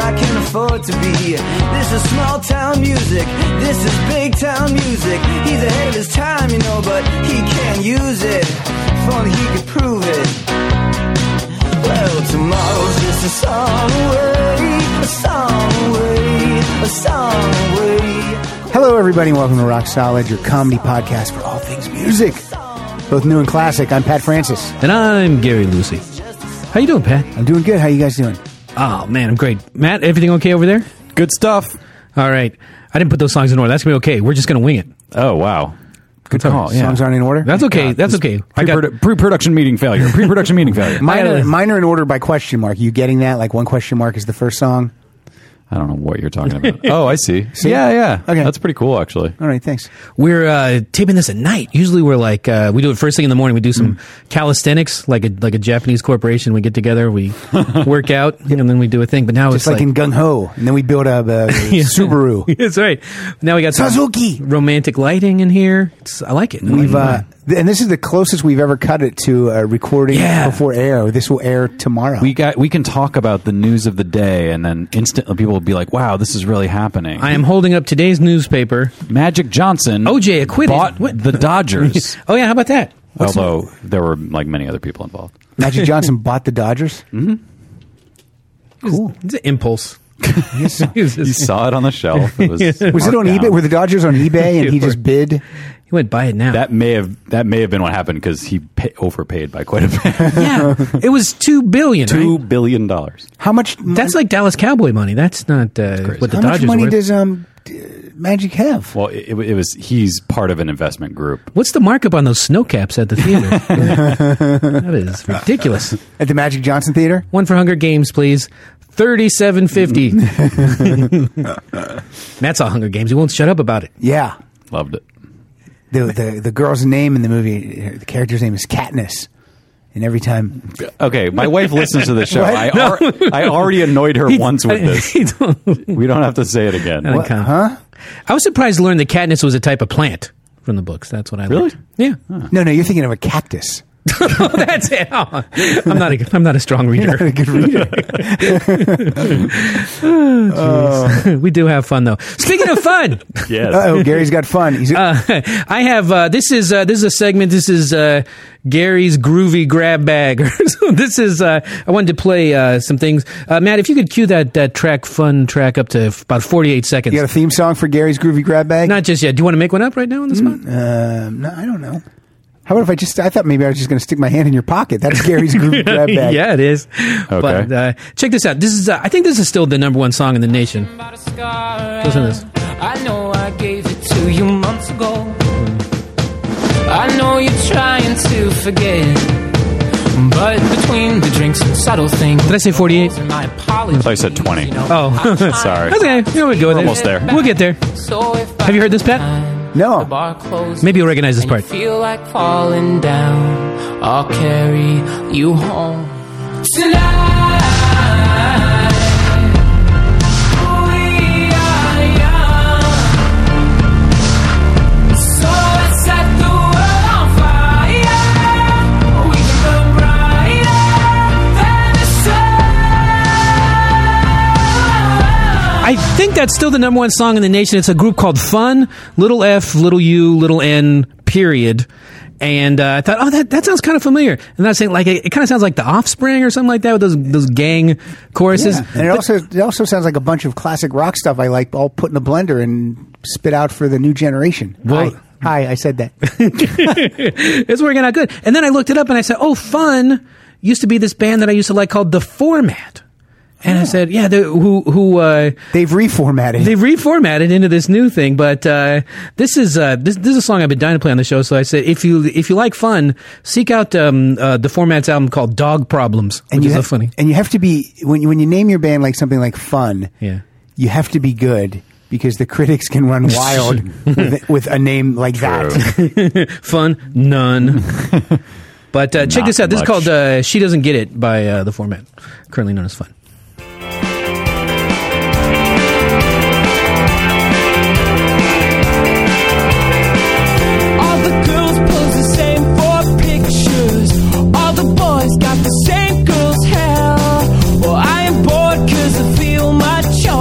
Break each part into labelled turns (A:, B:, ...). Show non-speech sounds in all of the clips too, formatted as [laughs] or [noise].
A: afford to be. This is small town music. This is big town music. He's ahead of his time, you know, but he can't use it. If only he could prove it. Well, tomorrow's just a song away, a song away, a song away.
B: Hello, everybody, and welcome to Rock Solid, your comedy podcast for all things music, both new and classic. I'm Pat Francis.
C: And I'm Gary Lucy. How you doing, Pat?
B: I'm doing good. How you guys doing?
C: Oh man, I'm great. Matt, everything okay over there?
D: Good stuff.
C: All right. I didn't put those songs in order. That's gonna be okay. We're just gonna wing it.
D: Oh wow. Good call. Yeah.
B: Songs aren't in order.
C: That's okay. That's okay. I got
D: Pre-produ- pre-production meeting failure. Pre-production meeting failure.
B: mine,
C: I,
B: are,
C: uh,
B: mine are in order by question mark. You getting that? Like one question mark is the first song.
D: I don't know what you're talking [laughs] about. Oh, I see. Yeah, yeah.
B: Okay.
D: That's pretty cool, actually.
B: All right, thanks.
C: we're uh, taping this at night. Usually we're like uh, we do it first thing in the morning. We do some calisthenics, like a like a Japanese corporation. We get together, [laughs] we work out, and then we do a thing. But now
B: It's
C: it's [laughs]
B: like, in Gung Ho, and then we build up a Subaru.
C: That's right. Now we got some
B: Suzuki.
C: romantic lighting in here. It's, I like it. I like
B: We've
C: it.
B: uh, th- and this is the closest we've ever cut it to uh, recording
C: Yeah.
B: before air. This will air tomorrow.
D: We got. We can talk about the news of the day, and then instantly people will be like, "Wow, this is really happening."
C: I am holding up today's newspaper.
D: Magic Johnson.
C: OJ acquitted.
D: Bought
C: What?
D: the [laughs] Dodgers.
C: [laughs] Oh yeah, how about that?
D: Although there were like many other people involved.
B: Magic Johnson bought the Dodgers.
C: Cool. It's an
D: [laughs]
C: impulse.
D: You
C: he
D: saw it on the shelf. [laughs] It was,
B: Was it on
D: marked down.
B: eBay? Were the Dodgers on eBay, and he just bid?
C: went buy it now.
D: [laughs] that may have that may have been what happened because he pay, overpaid by quite a [laughs] bit.
C: yeah, it was two billion.
D: Two
C: right?
D: billion dollars.
B: How much?
C: That's like Dallas Cowboy money. That's not uh, what the
B: how much
C: Dodgers
B: money
C: were.
B: does um, d- Magic have?
D: Well, it, it was. He's part of an investment group.
C: What's the markup on those snow caps at the
D: [laughs]
C: theater? [laughs] that is ridiculous.
B: At the Magic Johnson Theater?
C: One for Hunger Games, please. Thirty-seven
D: [laughs]
C: fifty. Matt saw Hunger Games. He won't shut up about it.
B: Yeah.
D: Loved it.
B: The, the the girl's name in the movie, the character's name is Katniss. And every time,
D: Okay, my
B: [laughs]
D: wife listens to the show.
B: What?
D: I, ar- I already annoyed her once with this.
C: [laughs] He don't-
D: We don't have to say it again.
C: What? Kind of-
B: huh?
C: I was surprised to learn that catnip was a type of plant from the books. That's what I
D: Really?
C: learned. Yeah,
B: No, no, you're thinking of a cactus.
C: [laughs] that's it. Oh, I'm not. A, I'm not a strong reader.
B: Not a good reader.
C: [laughs] we do have fun though. Speaking of fun, [laughs]
D: Yes.
B: Oh, Gary's got fun. He's,
C: Uh, I have uh, this is uh, this is a segment. This is uh, Gary's groovy grab bag. [laughs] so this is uh, I wanted to play uh, some things. Uh, Matt, if you could cue that that track, fun track, up to f- about 48 seconds.
B: you got a theme song for Gary's groovy grab bag?
C: Not just yet. Do you want to make one up right now on the spot?
B: um, no, I don't know. How about if I just? I thought maybe I was just going to stick my hand in your pocket. That's Gary's
C: [laughs]
B: groovy grab bag.
C: yeah, it is. But
D: Okay.
C: uh, check this out. This is uh, I think this is still the number one song in the nation.
E: about a scar.
C: Listen to this.
E: I know I gave it to you months ago.
C: Mm.
E: I know you're trying to forget. But between the drinks and subtle things.
C: Did I say 48?
E: And my apologies.
D: I said 20.
E: you know,
C: Oh. [laughs]
E: I'm trying
D: Sorry.
C: Okay, you know, we'll go there.
D: almost there.
C: We'll get there.
E: So if
C: Have you heard this, Pat?
B: No.
E: The bar closes
C: Oh. Maybe you'll recognize this
E: and you
C: part.
E: feel like falling down. I'll carry you home tonight. We are young, so let's set the world on fire. We can burn brighter than the sun.
C: I think that's still the number one song in the nation. It's a group called Fun, Little F, Little U, Little N, period. And uh, I thought, oh, that, that sounds kind of familiar. And I was saying, like, it, it kind of sounds like The Offspring or something like that with those those gang choruses.
B: Yeah. And it also it also sounds like a bunch of classic rock stuff I like all put in a blender and spit out for the new generation.
C: Well-
B: hi, hi, I said that.
C: It's working out good. And then I looked it up and I said, oh, Fun used to be this band that I used to like called The Format. And I said, yeah, they, who who uh,
B: They've reformatted.
C: they reformatted into this new thing, but uh, this is uh, this, this is a song I've been dying to play on the show. So I said, if you if you like fun, seek out um, uh, the format's album called Dog Problems, which
B: you
C: is
B: ha-
C: so
B: [laughs]
C: funny.
B: And you have to be when you, when you name your band like something like fun.
C: Yeah.
B: you have to be good because the critics can
C: [laughs]
B: run wild with, with a name like that.
C: Fun,
B: [laughs]
C: none. but uh, check
D: Not
C: this out. This is
D: much.
C: called uh, "She Doesn't Get It" by uh, the format, currently known as Fun.
E: All the girls pose the same for pictures. All the boys got the same girl's hair. Well, I am bored cause I feel macho.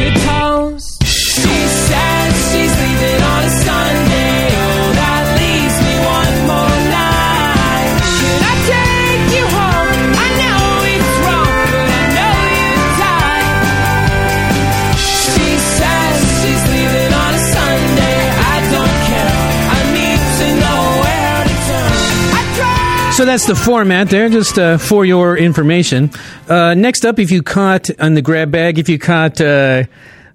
F: Oh,
C: So that's the format there, just uh, for your information. Uh, next up, if you caught on the grab bag, if you caught uh,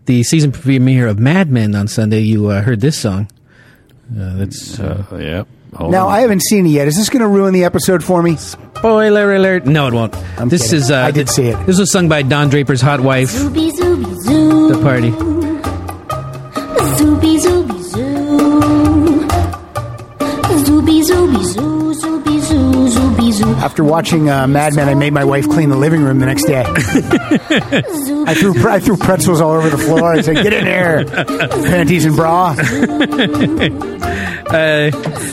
C: the season premiere of Mad Men on Sunday, you uh, heard this song. Uh, that's uh,
D: Yep. Hold
B: Now
D: on.
B: I haven't seen it yet. Is this going to ruin the episode for me?
C: spoiler alert. No, it won't.
B: I'm
C: this
B: kidding.
C: is uh,
B: I did
C: th-
B: see it.
C: This was sung by Don Draper's hot wife.
G: Zooby zooby zoo.
C: The party.
G: Zooby zooby zoo. Zooby zooby zoo. Zooby zoo. Zooby zoo.
B: After watching uh, Mad Men, I made my wife clean the living room the next
C: [laughs]
B: day. I threw pre- I threw pretzels all over the floor. I said, "Get in here, panties and bra."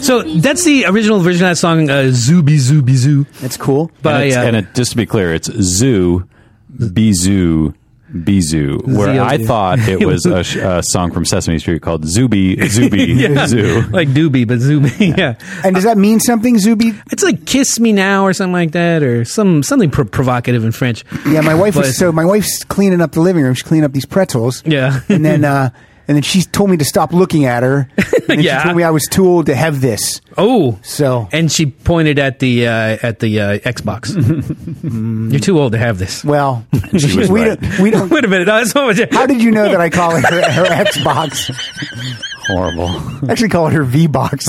C: So that's the original version of that song, uh, Zooby Zooby Zoo.
B: That's cool.
D: and,
C: By,
D: it's-
C: uh,
D: and it, just to be clear, it's zoo, bizoo, bizoo. Where
C: Z O
D: I
C: Z.
D: thought
B: [laughs]
D: it was a, sh- a song from Sesame Street called
B: [laughs]
D: Zooby Zooby Zoo.
C: [laughs] like Doobie, but Zooby. Yeah.
B: And does that mean something, Zuby?
C: It's like Kiss Me Now or something like that, or some something pro- provocative in French.
B: Yeah, my wife
C: But-
B: was so my wife's cleaning up the living room. She's cleaning up these pretzels.
C: Yeah.
B: and then uh, and then she told me to stop looking at her. And then
C: Yeah.
B: she told me I was too old to have this.
C: Oh,
B: So
C: and she pointed at the uh, at the
B: [laughs]
C: uh, Xbox. You're too old to have this.
B: well,
D: [laughs] She was
B: we
D: right.
B: don't, we don't.
C: [laughs] Wait a minute. That's what was it.
B: How did you know that I call it her, her Xbox?
D: Horrible.
B: I actually call it her V box.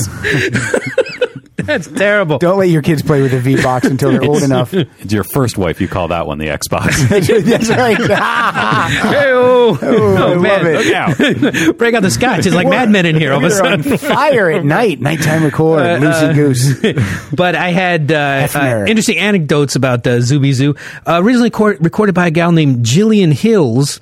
B: [laughs]
C: That's terrible.
B: Don't let your kids play with a V box until they're old
C: [laughs]
B: enough.
D: It's your first wife. You call that one the Xbox.
B: [laughs] That's Ah, right.
C: Hey, oh,
B: I love
C: man.
B: it.
D: Look out.
C: Break out the scotch. It's like Mad Men in here all of a
B: They're on
C: sudden. Uh,
B: fire at night. Nighttime record. Lucy
C: [laughs]
B: Goose.
C: But I had uh, uh,
B: Hefner.
C: interesting anecdotes about uh, Zuby Zoo. Uh, originally cor- recorded by a gal named Jillian Hills,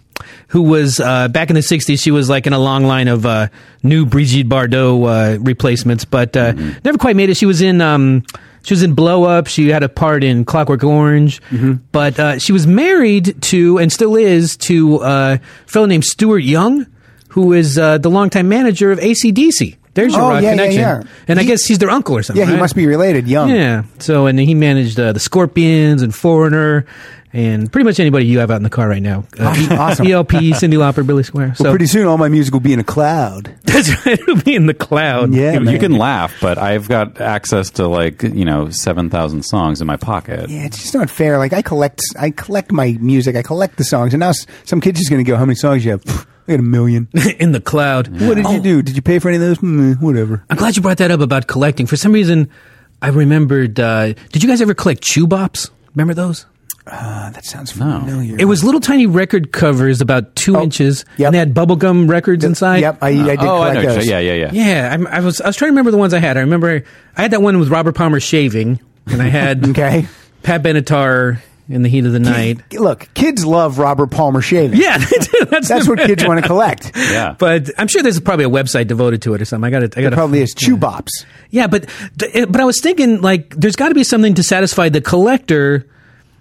C: who was uh, back in the '60s. She was like in a long line of uh, new Brigitte Bardot uh, replacements, but uh,
B: Mm-hmm.
C: never quite made it. She was in. Um, she was in Blow Up. She had a part in Clockwork Orange,
B: Mm-hmm.
C: but uh, she was married to and still is to uh, a fellow named Stuart Young, who is uh, the longtime manager of ACDC. There's your
B: Oh,
C: uh,
B: yeah, yeah,
C: connection,
B: yeah.
C: and I
B: He-
C: guess he's their uncle or something.
B: Yeah, he
C: right?
B: must be related. Young.
C: Yeah. So, and he managed uh, the Scorpions and Foreigner and pretty much anybody you have out in the car right now. Uh,
B: Awesome.
C: ELP,
B: [laughs]
C: Cindy Lauper, Billy Square. So
B: Well, pretty soon all my music will be in a cloud.
C: [laughs] that's right. It'll be in the cloud.
B: Yeah,
D: you, you
B: man.
D: can laugh, but I've got access to like you know seven thousand songs in my pocket.
B: Yeah, it's just not fair. Like I collect, I collect my music, I collect the songs, and now s- some kid's just going to go, "How many songs you have? Pfft, I got a million.
C: [laughs] in the cloud. Oh,
B: What did you do? Did you pay for any of those? Mm, whatever.
C: I'm glad you brought that up about collecting. For some reason, I remembered. Uh, did you guys ever collect chew bops? Remember those?
B: Uh, that sounds
D: No.
B: familiar.
C: It was little tiny record covers about two inches,
B: Oh, yep.
C: and they had bubblegum records inside.
B: Yep, I, I did
D: oh, I
B: collect
D: know.
B: those.
D: Yeah, yeah, yeah.
C: Yeah, I'm, I was I was trying to remember the ones I had. I remember I had that one with Robert Palmer shaving, and I
B: [laughs]
C: had
B: Okay.
C: Pat Benatar in the heat of the night.
B: Look, kids love Robert Palmer shaving.
C: Yeah, [laughs] they do. that's
B: that's
C: the-
B: what kids want to collect.
D: Yeah.
C: But I'm sure there's probably a website devoted to it or something. I got to. I got to.
B: Probably is chew bops.
C: Yeah, but th- it- but I was thinking like there's got to be something to satisfy the collector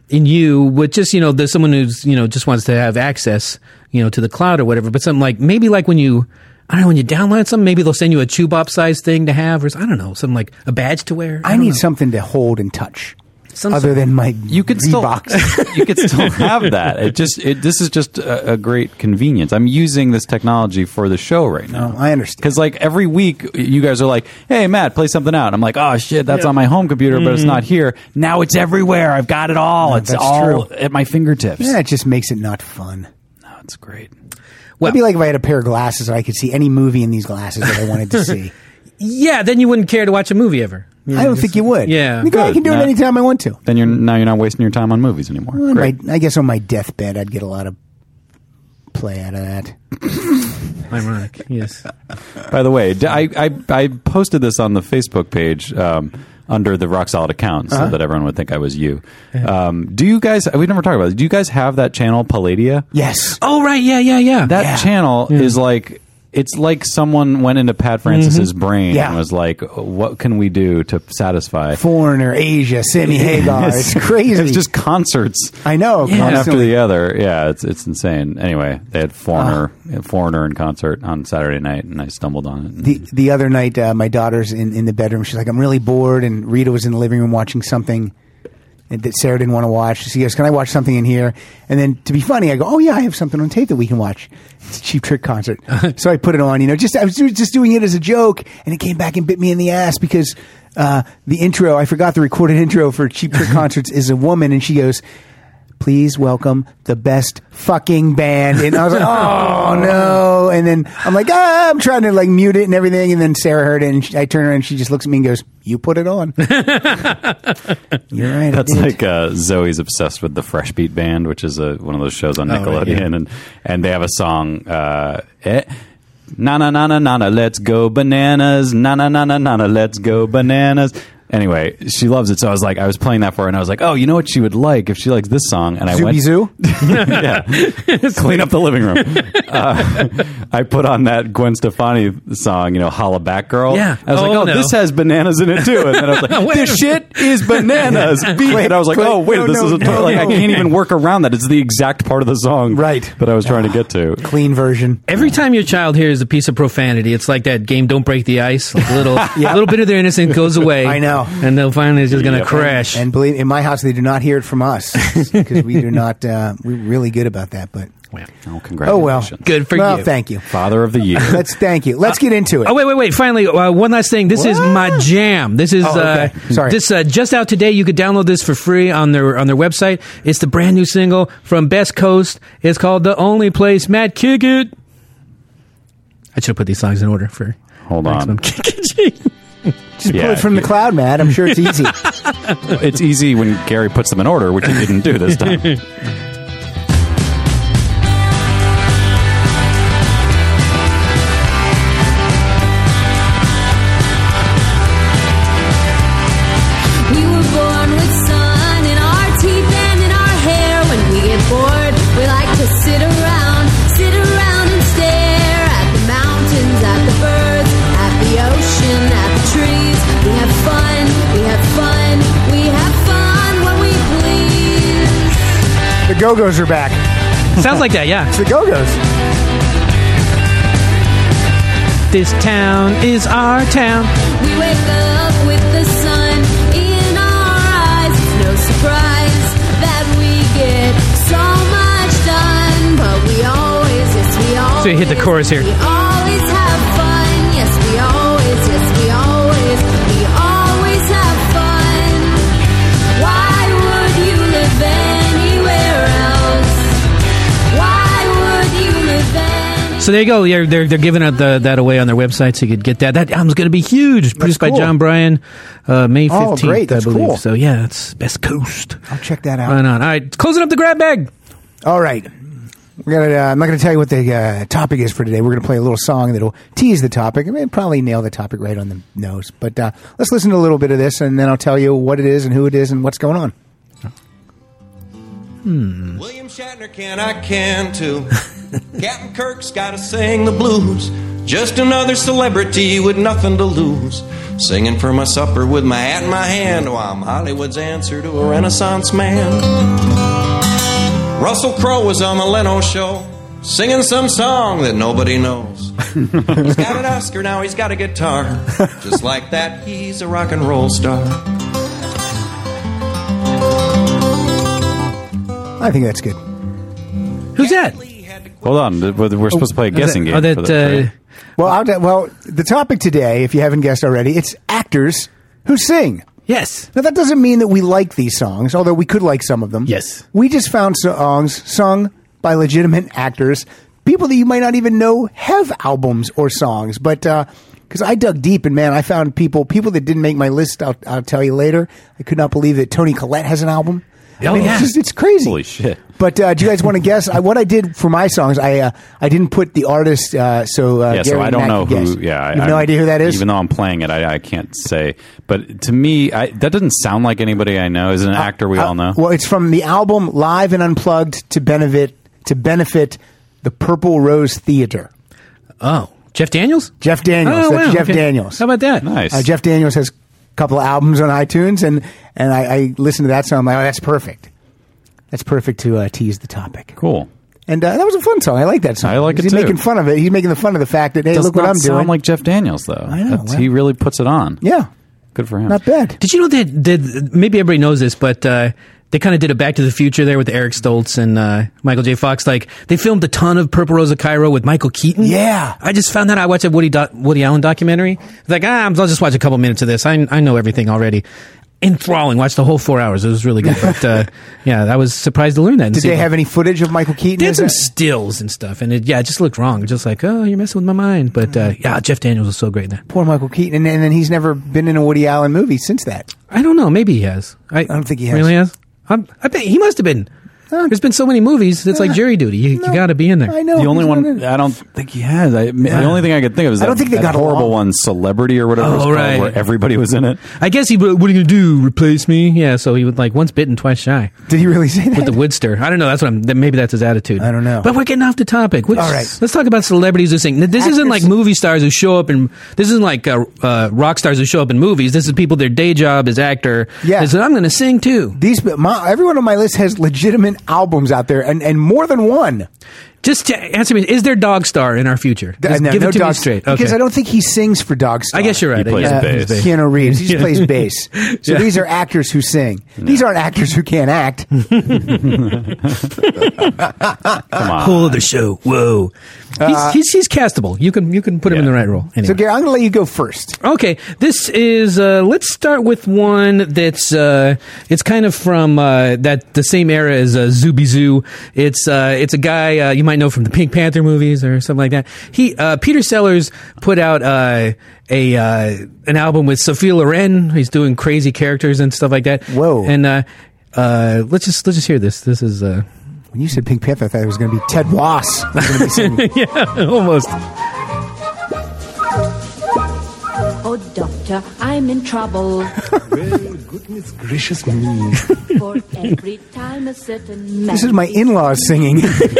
C: in you with just you know there's someone who's you know just wants to have access you know to the cloud or whatever. But something like maybe like when you. I don't know when you download something, maybe they'll send you a Chewbop size thing to have, or s- I don't know, something like a badge to wear.
B: I,
C: don't
B: need
C: know.
B: something to hold and touch,
C: Some-
B: other than my
D: You could still
B: box.
C: [laughs]
D: [laughs] you could still [laughs] have that. It just it, this is just a, a great convenience. I'm using this technology for the show right now.
B: I understand.
D: Because like every week, you guys are like, "Hey, Matt, play something out." I'm like, "Oh shit, that's on my home computer, but it's not here." Now it's everywhere. I've got it all. it's
B: Mm-hmm. that's
D: all
B: true.
D: at my fingertips.
B: Yeah, it just makes it not fun.
D: No, it's great.
C: Well-
B: It'd be like if I had a pair of glasses and I could see any movie in these glasses that I wanted to see.
C: Yeah, then you wouldn't care to watch a movie ever.
B: I don't think you would.
C: Yeah.
B: You go, I
D: Good.
B: can do it
D: Now-
B: anytime I want to.
D: Then you're now you're not wasting your time on movies anymore.
B: On
D: Great.
B: my- I guess on my deathbed, I'd get a lot of play out of that.
C: Ironic, yes.
D: By the way, d- I, I, I posted this on the Facebook page um, under the Rock Solid account so
B: Uh-huh.
D: that everyone would think I was you. Um, do you guys, we've never talked about this, do you guys have that channel, Palladia?
B: Yes.
C: Oh right, yeah, yeah, yeah.
D: That
B: Yeah. Hmm.
D: channel is like, it's like someone went into Pat Francis's brain
B: Mm-hmm. Yeah.
D: and was like, what can we do to satisfy?
B: Foreigner, Asia, Sammy
D: [laughs]
B: Hagar. It's crazy.
D: It's just concerts.
B: I know.
D: One after
B: Constantly.
D: the other, yeah, it's it's insane. Anyway, they had foreigner
B: Ah.
D: foreigner in concert on Saturday night, and I stumbled on it.
B: The, the other night, uh, my daughter's in, in the bedroom. She's like, I'm really bored. And Rita was in the living room watching something. and that Sarah didn't want to watch. She goes, "Can I watch something in here?" And then to be funny, I go, "Oh yeah, I have something on tape that we can watch. It's a Cheap Trick concert." so I put it on. You know, just I was do- just doing it as a joke, and it came back and bit me in the ass because uh, the intro. I forgot the recorded [laughs] intro for Cheap Trick concerts is a woman, and she goes. Please welcome the best fucking band. And I [laughs] was like, oh no. And then I'm like, ah, I'm trying to like mute it and everything. And then Sarah heard it and she, I turn around and she just looks at me and goes, you put it [laughs] on. You're right. I
D: That's
B: did.
D: like uh, Zoe's obsessed with the Fresh Beat Band, which is a, one of those shows on
C: Oh, right,
D: Nickelodeon,
C: yeah.
D: and and they have a song. Uh, eh, Na na na na na na, let's go bananas. Na na na na na na, let's go bananas. Anyway, she loves it, so I was like, I was playing that for her, and I was like, oh, you know what she would like if she likes this song, and I
B: Zooby
D: went,
B: [laughs] Zoo.
D: yeah, clean up the living room. [laughs] Uh, I put on that Gwen Stefani song, you know, "Holla Back Girl."
C: Yeah.
D: I was like,
C: Oh,
D: "Oh,
C: no.
D: this has bananas in it too." And
B: [laughs]
D: then I was like,
C: Wait a
D: "This shit is bananas." Beat.
B: Wait,
D: and I was like,
B: wait,
D: "Oh, wait,
B: no,
D: this
B: no,
D: is a
B: no,
D: like I
B: no.
D: can't even work around that. It's the exact part of the song,
B: Right. Oh,
D: That I was trying to get
B: [sighs]
D: to." Oh,
B: Clean version.
C: Every time your child hears a piece of profanity, it's like that game "Don't Break the Ice." Like a
B: [laughs]
C: little,
B: Yeah.
C: a little bit of their
B: [laughs]
C: innocence goes away.
B: I know.
C: and they'll finally it's just going to
D: Yep.
C: crash.
B: And believe in my house, they do not hear it from us because we [laughs] do not. Uh, we're really good about that. But
D: Oh,
B: oh well,
D: congratulations!
C: Good for
B: well,
C: you.
B: Thank you. Uh,
D: Father of
B: [laughs]
D: the year.
B: Let's thank you. Let's get into it.
C: Oh wait, wait, wait! Finally, uh, one last thing. This is
B: What?
C: my jam. This is
B: Oh, okay.
C: uh,
B: Sorry.
C: This uh, just out today. You could download this for free on their on their website. It's the brand new single from Best Coast. It's called "The Only Place." Matt, kick it. I should have put these songs in order for
D: Hold on.
C: maximum kick.
B: Just pull
D: yeah.
B: it from the cloud, Matt. I'm [laughs] sure it's easy.
D: It's easy when Gary puts them in order, which he didn't do
B: [laughs]
D: this time.
H: We were born with sun in our teeth and in our hair. When we get bored, we like to sit around, sit around and stare at the mountains, at the birds, at the ocean, at the trees. We have fun, we have fun, we have fun when we please.
B: the Go Go's are back.
C: Sounds like that, yeah.
B: It's the Go Go's.
C: This town is our town.
H: We wake up with the sun in our eyes. It's no surprise that we get so much done, but we always, yes, we always.
C: So you hit the chorus here.
H: We always have fun. Yes, we always, yes, we always, we always have fun. Why would you live anywhere else? Why would you live anywhere?
C: So there you go. They're they're, they're giving out the, that away on their website, so you could get that. That album's going to be huge. Produced by
B: cool.
C: John Bryan, uh, May
B: Oh,
C: fifteenth,
B: great.
C: I
B: That's
C: believe.
B: cool.
C: So yeah, it's Best Coast.
B: I'll check that out.
C: Right on. All right, closing up the grab bag.
B: All right. We're gonna, uh, I'm not going to tell you what the uh, topic is for today. We're going to play a little song that'll tease the topic and we'll probably nail the topic right on the nose. But uh, let's listen to a little bit of this, and then I'll tell you what it is and who it is and what's going on.
I: William Shatner can, I can too. Captain Kirk's gotta sing the blues. Just another celebrity with nothing to lose. Singing for my supper with my hat in my hand. Oh, I'm Hollywood's answer to a Renaissance man. Russell Crowe was on the Leno show, singing some song that nobody knows. he's got an Oscar now, he's got a guitar. Just like that, he's a rock and roll star.
B: I think that's good.
C: Who's that?
D: Hold on. th- We're supposed to play a guessing game.
C: Oh, that.
D: for this,
C: Uh,
D: right?
B: Well, I'll, t- well, the topic today, if you haven't guessed already, it's actors who sing.
C: yes.
B: Now, that doesn't mean that we like these songs, although we could like some of them.
C: Yes.
B: We just found songs sung by legitimate actors, people that you might not even know have albums or songs. But, because I dug deep and man, I found people, people that didn't make my list, I'll, I'll tell you later. I could not believe that Tony Collette has an album. I
C: Oh,
B: mean,
C: yeah.
B: it's, just, it's crazy.
D: Holy shit.
B: But uh, do you guys want to guess? I, what I did for my songs, I uh, I didn't put the artist, uh, so uh,
D: yeah, so
B: Gary
D: I don't
B: Mack
D: know
B: could guess.
D: who. Yeah, I-
B: you have no
D: I'm-
B: idea who that is.
D: Even though I'm playing it, I, I can't say. But to me, I, that doesn't sound like anybody I know. Is it an actor we
B: Uh,
D: all know?
B: Well, it's from the album Live and Unplugged to benefit to benefit the Purple Rose Theater.
C: Oh, Jeff Daniels.
B: Jeff Daniels.
C: Oh,
B: That's
C: wow,
B: Jeff
C: okay.
B: Daniels.
C: How about that?
D: nice.
B: Uh, Jeff Daniels has a couple of albums on iTunes, and and I, I listened to that song. I'm like, oh, that's perfect. That's perfect to uh, tease the topic.
D: cool.
B: And uh, that was a fun song. I like that song.
D: I like it
B: He's
D: too.
B: making fun of it. He's making the fun of the fact that hey,
D: Does
B: look what
D: not
B: I'm
D: sound
B: doing.
D: like Jeff Daniels though.
B: know,
D: That's-
B: well-
D: he really puts it on.
B: yeah.
D: Good for him.
B: Not bad.
C: Did you know that did maybe everybody knows this, but uh, they kind of did a Back to the Future there with Eric Stoltz and uh, Michael J. Fox. Like they filmed a ton of Purple Rose of Cairo with Michael Keaton.
B: Yeah.
C: I just found that I watched a Woody Do- Woody Allen documentary. Like ah, I'll just watch a couple minutes of this. I I know everything already. Enthralling. Watched the whole four hours. It was really good. But
B: [laughs]
C: uh, yeah, I was surprised to learn that. and
B: Did
C: see
B: they
C: how-
B: have any footage of Michael Keaton?
C: they had
B: as
C: some
B: a-
C: stills and stuff, and it, yeah, it just looked wrong. Just like, oh, you're messing with my mind. But uh, yeah, Jeff Daniels was so great in that.
B: Poor Michael Keaton, and, and then he's never been in a Woody Allen movie since that.
C: I don't know. Maybe he has. I,
B: don't think he has.
C: Really has? I'm, I bet he must have been.
B: Huh.
C: There's been so many movies. It's like jury duty. You,
B: No.
C: you got to be in there.
B: I know.
D: the only
B: he's not
D: one
B: in it.
D: I don't think he has. I, The only thing I could think of is
B: I don't
D: that-
B: think they got
D: that horrible
B: along.
D: one, Celebrity or whatever,
C: Oh,
D: it was called,
C: right.
D: where everybody was
B: [laughs]
D: in it.
C: I guess he. What are you gonna do? Replace me? Yeah. So he would like once bitten, twice shy
B: Did he really say that?
C: with the Woodster. I don't know. That's what I'm. That maybe that's his attitude.
B: I don't know.
C: But we're getting off the topic. Which,
B: All right.
C: Let's talk about celebrities who sing. This isn't like
B: Actors-
C: movie stars who show up and this isn't like uh, uh, rock stars who show up in movies. This is people their day job is actor.
B: Yeah.
C: Is that I'm gonna sing too.
B: These my, everyone on my list has legitimate albums out there, and, and more than one.
C: Just to answer me. Is there Dog Star in our future? Just
B: No,
C: give
B: uh, no
C: it to me
B: Dog-
C: straight.
B: because
C: Okay.
B: I don't think he sings for Dogstar.
C: I guess you're right.
D: He plays
C: yeah.
D: bass.
C: He's
B: Keanu Reeves. He just plays
C: [laughs]
B: bass. So
C: Yeah.
B: these are actors who sing. These aren't actors who can't act.
D: Come on.
C: Whole other show. Whoa. he's, he's, he's castable. You can you can put him in
D: Yeah.
C: the right role. Anyway.
B: Uh, So Gary, I'm going to let you go first.
C: okay. This is uh, let's start with one that's uh, it's kind of from uh, that the same era as uh, Zooby Zoo. It's uh, it's a guy uh, you might know from the Pink Panther movies or something like that. He uh, Peter Sellers put out uh, a uh, an album with Sophia Loren. He's doing crazy characters and stuff like that.
B: Whoa.
C: And uh, uh, let's just let's just hear this. This is. Uh, [laughs]
B: When you said Pink Panther, I thought it was going to be Ted Wass. who was gonna be singing.
C: yeah, almost.
G: Oh, doctor, I'm in trouble.
J: Goodness gracious me.
G: For every time a certain man.
B: this is my in-laws singing.
G: A flash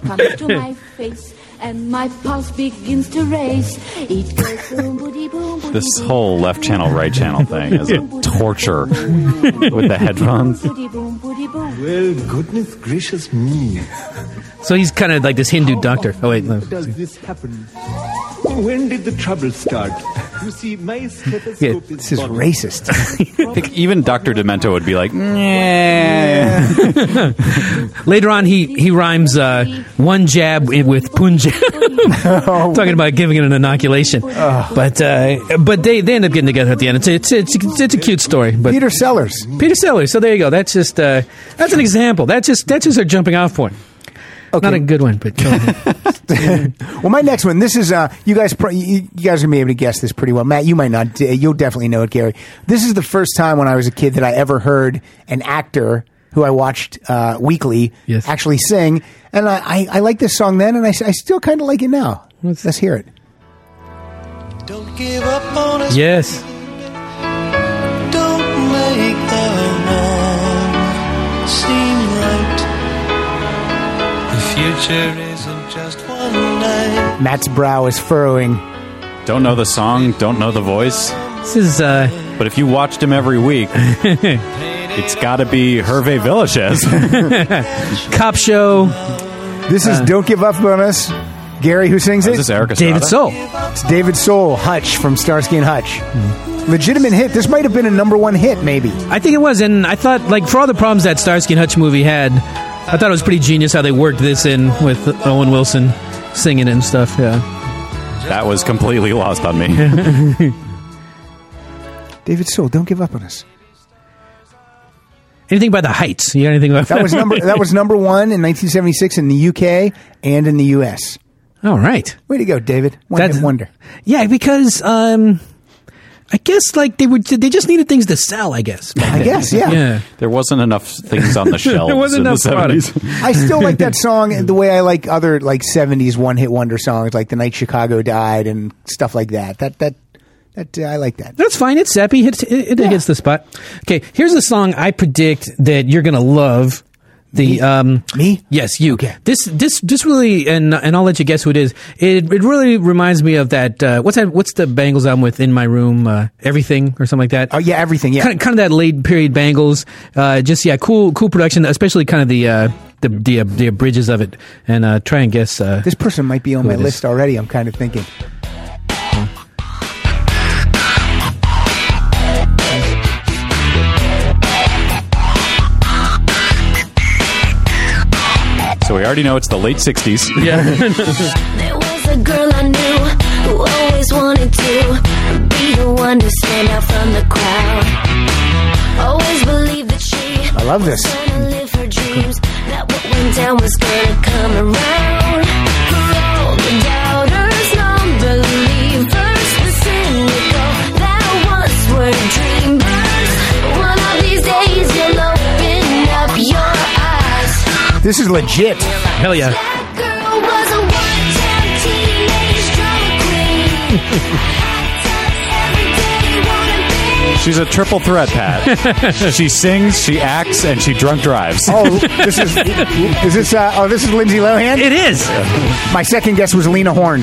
G: comes to my face, and my pulse begins to race. It goes boom, boody, boom, boody,
D: This
G: boom,
D: whole left channel, right channel thing is a torture with the
B: [laughs]
D: headphones.
G: boody, boom, boody, boom.
J: Well, goodness gracious me.
C: So he's kind of like this Hindu doctor. Oh wait, no.
J: How does this happen? When did the trouble start? You see, my stethoscope
C: Yeah,
J: is
B: this is
J: gone.
B: racist.
D: I think even Dr. Demento would be like, yeah.
C: Later on, he he rhymes uh, one jab i- with punjab, [laughs] talking about giving it an inoculation. But uh, but they, they end up getting together at the end. It's it's it's, it's a cute story. But Peter,
B: Peter Sellers.
C: Sellers. So there you go. That's just uh, that's an example. That's just that's just our jumping off point. Not a good one, but
J: [laughs]
B: Well, my next one. This is uh, you guys. Pr- you, you guys are gonna be able to guess this pretty well. Matt, you might not. d- You'll definitely know it, Gary. This is the first time when I was a kid that I ever heard an actor who I watched uh, weekly
C: Yes.
B: actually sing, and I, I, I liked this song then, and I, s- I still kind of like it now. Let's, hear it.
K: Don't give up on us.
C: yes,
K: Don't make the wrong seem right. The future isn't just one night.
B: Matt's brow is furrowing.
D: Don't know the song, don't know the voice.
C: this is uh,
D: But if you watched him every week, it's got to be Hervé Villachez.
C: cop show.
B: This is "Don't Give Up on Us." Gary, who sings
D: Is
B: it?
D: this Eric Estrada?
C: David Soul.
B: It's David Soul, Hutch from Starsky and Hutch. Legitimate hit. This might have been a number one hit, maybe.
C: I think it was, and I thought like for all the problems that Starsky and Hutch movie had, I thought it was pretty genius how they worked this in with Owen Wilson singing it and stuff. Yeah,
D: That was completely lost on me.
B: David Soul, "Don't Give Up on Us."
C: anything by the Heights? You got anything about
B: That was number that was number one in 1976 in the UK and in the US.
C: [laughs] all right.
B: Way to go, David! One
C: That's-
B: hit wonder.
C: Yeah, because um, I guess like they would they just needed things to sell. I guess.
B: I guess, [laughs] yeah.
C: yeah.
D: There wasn't enough things on the shelves
C: There wasn't
D: in
C: enough
D: the
C: product.
D: 70s.
B: I still like
C: [laughs]
B: that song the way I like other like 70s one hit wonder songs, like "The Night Chicago Died" and stuff like that. That that that uh, I like that.
C: That's fine. It's sappy. It, it, it
B: Yeah.
C: hits the spot. Okay, here's a song I predict that you're gonna love. The um
B: Me?
C: yes you this this this really and and I'll let you guess who it is. It it really reminds me of that uh, what's that what's the Bangles album with In My Room uh, Everything or something like that.
B: Oh yeah, everything. Yeah,
C: Kind of, kind of that late period Bangles. Uh, just yeah, cool cool production, especially kind of the uh, the the, uh, the bridges of it. And uh, try and guess. Uh,
B: this person might be on
C: Who
B: my
C: it is?
B: list already. I'm kind of thinking.
D: So we already know it's the late 60s.
C: Yeah.
H: There was a girl I knew who always wanted to be the one to stand out from the crowd. Always believed that she
B: I love this.
H: was gonna live her dreams. That what went down was gonna come around. For all the doubters, non-believers, the cynical that once were dreamers. One of these days you'll open up your eyes.
B: This is legit.
C: Hell yeah.
H: Girl was a one-time teenage drama queen.
D: She's a triple threat, Pat. she sings, she acts, and she drunk drives.
B: Oh, this is is this? Uh, oh, this is Lindsay Lohan.
C: It is.
B: My second guess was Lena
C: [laughs]
B: Horne.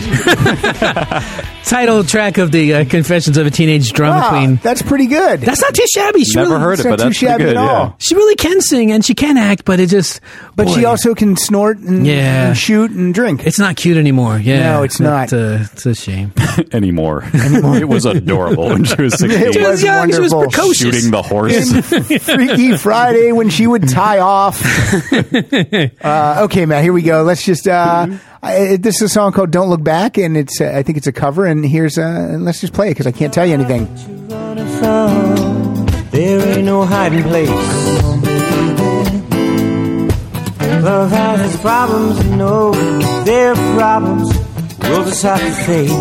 C: Title track of the uh, Confessions of a Teenage Drama
B: Wow,
C: Queen.
B: Ah, That's pretty good.
C: That's not too shabby. She
D: Never
C: really,
D: heard it,
B: it's not
D: but
B: too
D: that's pretty
B: shabby at
D: good.
B: all.
D: Yeah.
C: She really can sing and she can act, but it just.
B: but she
C: boy,
B: also can snort and,
C: Yeah.
B: and shoot and drink.
C: It's not cute anymore. Yeah.
B: No, it's not.
C: uh, it's a shame.
D: Anymore. it was adorable when she was 16.
B: It
C: She was
B: was
C: young. She
B: wonderful.
C: was precocious.
D: shooting the horse.
C: [laughs]
B: Freaky Friday when she would tie off. uh, okay, Matt, here we go. Let's just. Uh, I, this is a song called "Don't Look Back," and it's. Uh, I think it's a cover. And here's. Uh, and let's just play it because I can't tell you anything.
A: There ain't no hiding place. Love has its problems, and no, their problems we'll just have to face.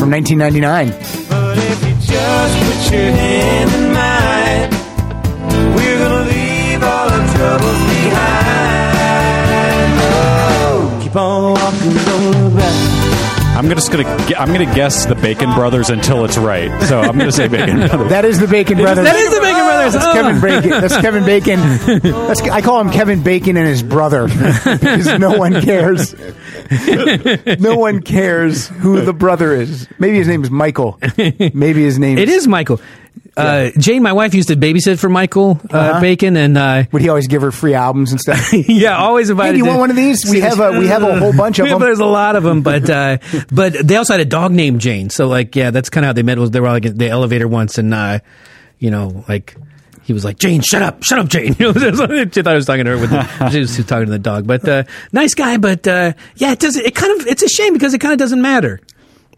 B: from 1999.
A: But if you just put your hand in mine, we're gonna leave all our troubles behind. Oh, keep on walking, don't look back.
D: I'm just gonna gu- I'm gonna guess the Bacon Brothers until it's right. So I'm gonna say Bacon Brothers.
B: That is the Bacon Brothers.
C: that is the Bacon Brothers.
B: That's
C: Oh.
B: Kevin Bacon.
C: [laughs]
B: That's Kevin Bacon. That's, I call him Kevin Bacon and his brother [laughs] because no one cares. No one cares who the brother is. Maybe his name is Michael. Maybe his name.
C: It is Michael. Uh, Jane, my wife, used to babysit for Michael uh,
B: Uh-huh.
C: Bacon, and uh,
B: Would he always give her free albums and
C: [laughs]
B: stuff?
C: yeah, always invited.
B: Hey, do you
C: to-
B: want one of these? We have a- we
C: [laughs]
B: have a whole bunch of
C: Yeah,
B: them.
C: There's a lot of them,
B: [laughs]
C: but uh, but they also had a dog named Jane. So like, yeah, that's kind of how they met. Was they were like in the elevator once, and uh, you know, like he was like, "Jane, shut up, shut up, Jane." [laughs] You know, she thought I was talking to her. With the, she was talking to the dog, but uh, nice guy. But uh, yeah, it does. It kind of it's a shame because it kind of doesn't matter.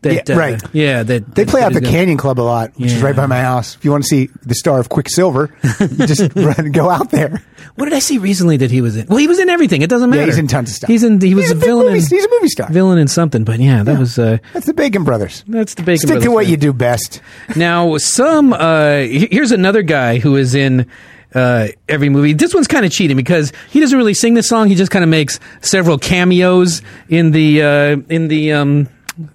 C: That,
B: Yeah,
C: uh,
B: right.
C: Yeah, that
B: They play
C: that
B: out the
C: he's gonna-
B: Canyon Club a lot, which is
C: Yeah.
B: right by my house. If you want to see the star of
C: [laughs]
B: Quicksilver, you just run, go out there.
C: What did I see recently that he was in? Well, he was in everything. It doesn't matter.
B: Yeah, he's in tons of stuff.
C: He's in. He was
B: He's
C: a
B: big
C: villain.
B: movie-
C: in,
B: he's a movie star.
C: Villain in something. But yeah, that was. Uh,
B: That's the Bacon Brothers.
C: that's the Bacon
B: Stick
C: Brothers
B: to what
C: thing.
B: you do best.
C: Now, some uh, he- here's another guy who is in uh, every movie. This one's kind of cheating because he doesn't really sing this song. He just kind of makes several cameos in the uh, in the um,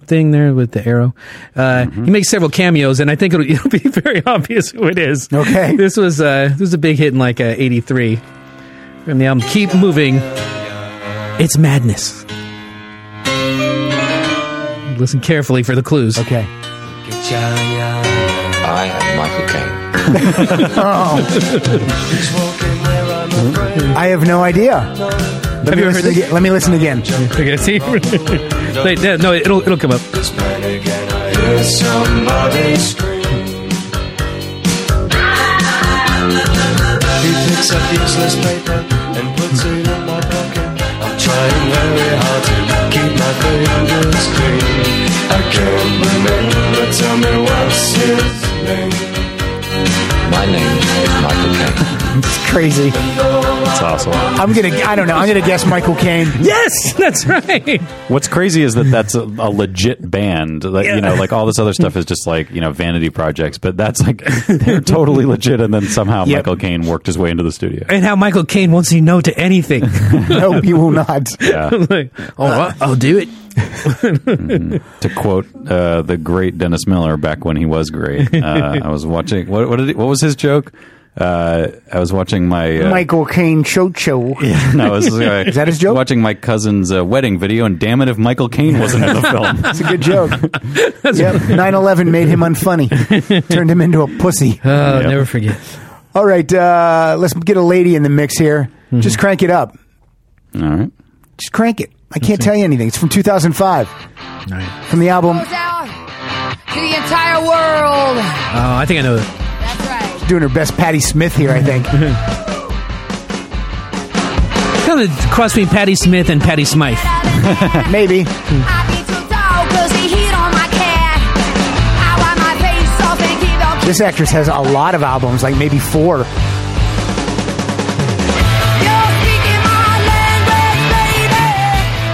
C: thing there with the arrow. Uh, He makes several cameos, and I think it'll, [laughs] it'll be very obvious who it is.
B: Okay.
C: this was uh, this was a big hit in like uh, '83 from the album "Keep Moving." It's madness. Listen carefully for the clues.
B: Okay.
K: I am Michael Caine.
B: I have no idea. Let me
C: you ever
B: listen
C: heard this?
B: again- Let me listen again.
C: We're gonna see. [laughs] Wait, no, no, it'll it'll come up.
K: He picks up useless paper and puts it in my pocket. I'm trying very hard to keep my fingers clean. I can't remember. Tell me what's his name. My name is Michael Caine.
B: It's crazy.
D: That's awesome.
B: I'm gonna. I don't know. I'm gonna guess Michael Caine.
C: [laughs] Yes, that's right.
D: What's crazy is that that's a, a legit band. Like,
C: Yeah.
D: You know, like all this other stuff is just like you know vanity projects, but that's like [laughs] they're totally legit. And then somehow
B: Yep.
D: Michael Caine worked his way into the studio.
C: And how Michael Caine won't say no to [laughs] anything.
B: Nope, you will not.
D: Yeah.
C: like, oh, I- I'll do it.
D: to quote uh, the great Dennis Miller back when he was great, uh, I was watching. What, what did he, What was his joke? Uh, I was watching my uh,
B: Michael Caine Chocho.
D: [laughs] No, this is, uh,
B: Is that his joke?
D: Watching my cousin's uh, wedding video, and damn it, if Michael Caine wasn't
B: [laughs]
D: in the film.
B: It's a good
C: [laughs]
B: joke. yep. 9/11 made him unfunny. Turned him into a pussy.
C: Uh,
D: Yeah.
C: Never forget.
B: All right, uh, let's get a lady in the mix here. Just crank it up.
D: Mm-hmm. All right.
B: Just crank it. I can't tell you anything. It's from 2005. From the album.
L: goes out to the entire world.
C: Oh, I think I know that.
L: That's right.
D: [laughs]
B: Doing her best Patti Smith here, I think.
C: kind of a cross between Patty Smith and Patty Smythe.
B: Maybe. This actress has a lot of albums, like maybe four.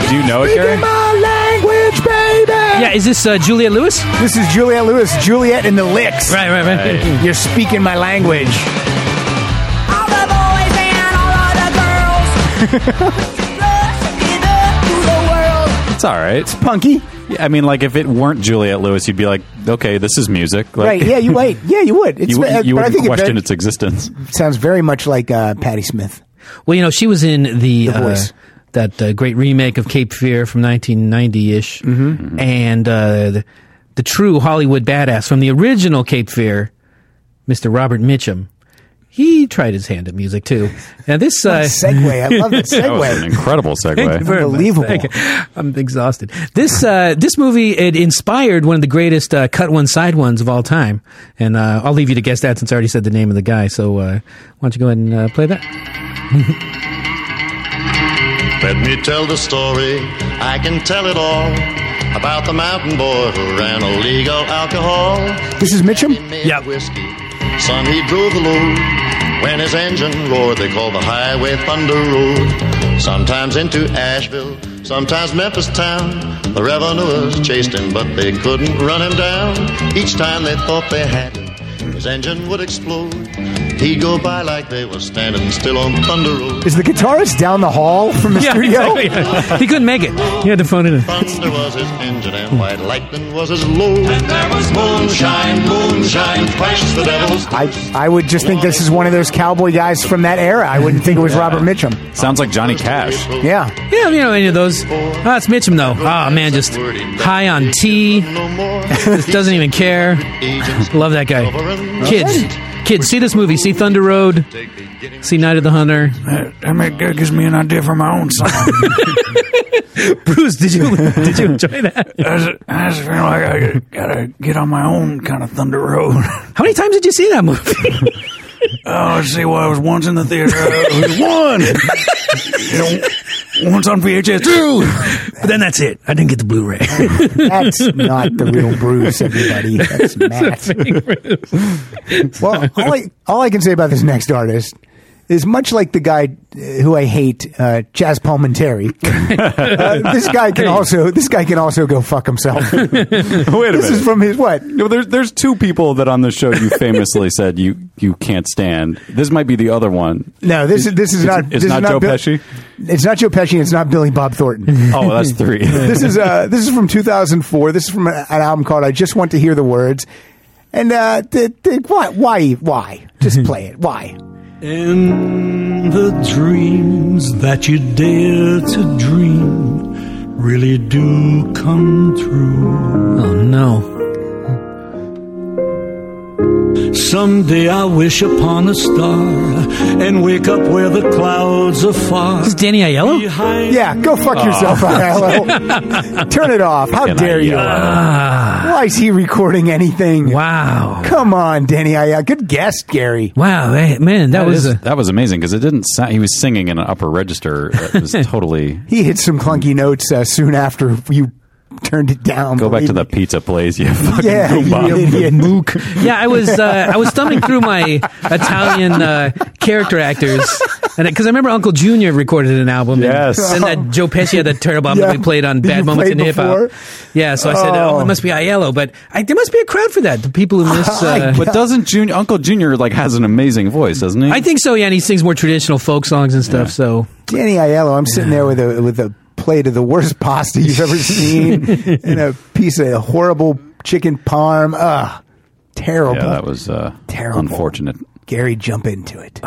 D: Do you know it, Gary?
B: language, baby.
C: Yeah, is this uh, Juliet Lewis?
B: This is Juliet Lewis, Juliet and the Licks.
C: Right, right, right.
B: You're speaking my language.
D: It's all right.
B: Punky.
D: Yeah, I mean, like if it weren't Juliet Lewis, you'd be like, okay, this is music. Like,
B: right, yeah, you wait. Yeah, you would. It's,
D: [laughs] you,
B: uh,
D: you
B: but I
D: wouldn't
B: think it
D: question
B: very-
D: its existence.
B: sounds very much like uh, Patti Smith.
C: Well, you know, she was in the,
B: The Voice.
C: Uh, that uh, great remake of Cape Fear from 1990 ish, and uh, the, the true Hollywood badass from the original Cape Fear, Mr. Robert Mitchum. He tried his hand at music too. Now this uh,
B: Segway. I love that
D: [laughs] That was an
B: segue. [laughs]
D: incredible
C: Thank you
D: segue.
C: very much.
B: Unbelievable.
C: Thank you. I'm exhausted. This uh, this movie it inspired one of the greatest uh, cut one side ones of all time, and uh, I'll leave you to guess that since I already said the name of the guy. So uh, why don't you go ahead and uh, play that?
K: Let me tell the story, I can tell it all about the mountain boy who ran illegal alcohol.
B: This is Mitchum?
K: Made whiskey. Son, he drove the load. When his engine roared, they called the highway Thunder Road. Sometimes into Asheville, sometimes Memphis town. The revenuers chased him, but they couldn't run him down. Each time they thought they had him, his engine would explode. He'd go by like they were standing still on Thunder Road.
B: Is the guitarist down the hall
C: [laughs]
B: from the studio?
C: exactly. Yeah. He couldn't make it. He had to phone it in.
K: Thunder was his engine and white lightning was his load. And there was moonshine, moonshine, twice the devil's.
B: I, I would just think this is one of those cowboy guys from that era. I wouldn't think it was Robert Mitchum.
D: Sounds like
C: [laughs]
D: Johnny Cash.
B: Yeah.
C: Yeah, you know any of those? Oh, it's Mitchum though. Oh man, just high on tea.
K: No more.
C: Just doesn't even care. Love that guy. Kids, kids, see this movie. See Thunder Road. See Night of the Hunter.
D: I mean, that gives me an idea for my own song.
C: [laughs] Bruce, did you did you enjoy that?
D: I just feel like I gotta get on my own kind of Thunder Road.
C: [laughs] How many times did you see that movie?
D: Oh, let's see. Well, I was once in the theater. one.
C: [laughs]
D: once on [laughs] VHS. Two.
C: but then that's it. I didn't get the Blu-ray.
B: That's not the real Bruce, everybody. That's Matt. well, all I, all I can say about this next artist is much like the guy uh, who I hate, uh, Chaz Palminteri. uh, this guy can also this guy can also go fuck himself. this
D: Wait a
B: is
D: minute.
B: from his what?
D: No, there's there's two people that on the show you famously said you you can't stand. This might be the other one.
B: No, this is this is
D: It's-
B: not.
D: It's
B: this
D: not
B: is
D: Joe
B: Bill- [laughs]
D: Pesci.
B: It's not Joe Pesci. It's not Billy Bob Thornton.
D: Oh, that's three. [laughs]
B: this is uh, this is from 2004. This is from an album called "I Just Want to Hear the Words." And uh, th- th- why, why, why? Just play it. Why?
M: And the dreams that you dare to dream really do come true.
C: oh no.
M: Someday I wish upon a star and wake up where the clouds are far.
C: Is Danny Aiello?
M: Behind
B: Yeah, go fuck yourself,
D: [laughs]
B: Hello. Turn it off. How
D: And I
B: dare you?
D: yell at him.
B: Why is he recording anything?
C: Ah, Wow.
B: Come on, Danny. I, good guess, Gary.
C: Wow, eh, man, that,
D: That
C: was
D: is-
C: a,
D: that was amazing because it didn't sound. He was singing in an upper register.
C: [laughs]
D: It was totally.
B: He hit some clunky notes uh, soon after you turned it down.
D: Go back to the
B: believe me.
D: pizza place. You [laughs] fucking
B: yeah, you
D: goomba.
B: idiot. mook.
C: yeah. I was uh, I was thumbing through my Italian uh, character actors, and because I remember Uncle Junior recorded an album.
D: Yes.
C: and, and that Joe Pesci had that terrible album that
B: Yeah.
C: we played on
B: That [laughs]
C: Bad
B: you
C: Moments in
B: played
C: Hip Hop.
B: before?
C: Yeah, so I said, oh,
B: Oh.
C: it must be Aiello, but I, there must be a crowd for that. The people
B: [laughs]
C: who miss. Uh,
D: But doesn't Junior Uncle Junior like has an amazing voice, doesn't he?
C: I think so. Yeah, and he sings more traditional folk songs and stuff. So
B: Danny Aiello, I'm sitting there with a with a plate of the worst pasta you've
C: [laughs]
B: ever seen and a piece of horrible chicken parm. Ugh, terrible.
D: Yeah, that was uh,
B: Terrible.
D: unfortunate.
B: Gary, jump into it.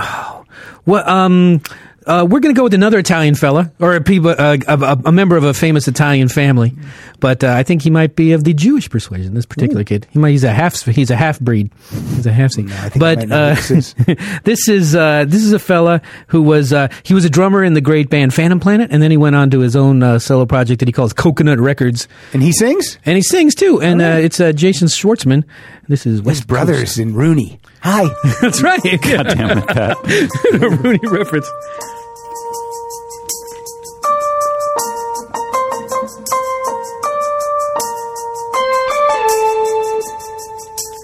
C: Well, um, uh, we're going to go with another Italian fella, or a, people, uh, a, a, a member of a famous Italian family, but uh, I think he might be of the Jewish persuasion. This particular kid, he might, he's a half he's a half breed, he's a half
B: Mm, I think I might
C: But
B: know
C: uh,
B: who this
C: [laughs] this is uh, this is a fella who was uh, he was a drummer in the great band Phantom Planet, and then he went on to his own uh, solo project that he calls Coconut Records,
B: And he sings.
C: and he sings too. And uh, it's uh, Jason Schwartzman. This is West
B: Oh. His
C: [laughs]
B: brothers in Rooney. Hi.
C: [laughs] Coast. That's right.
D: Damn it, Pat.
C: Rooney reference.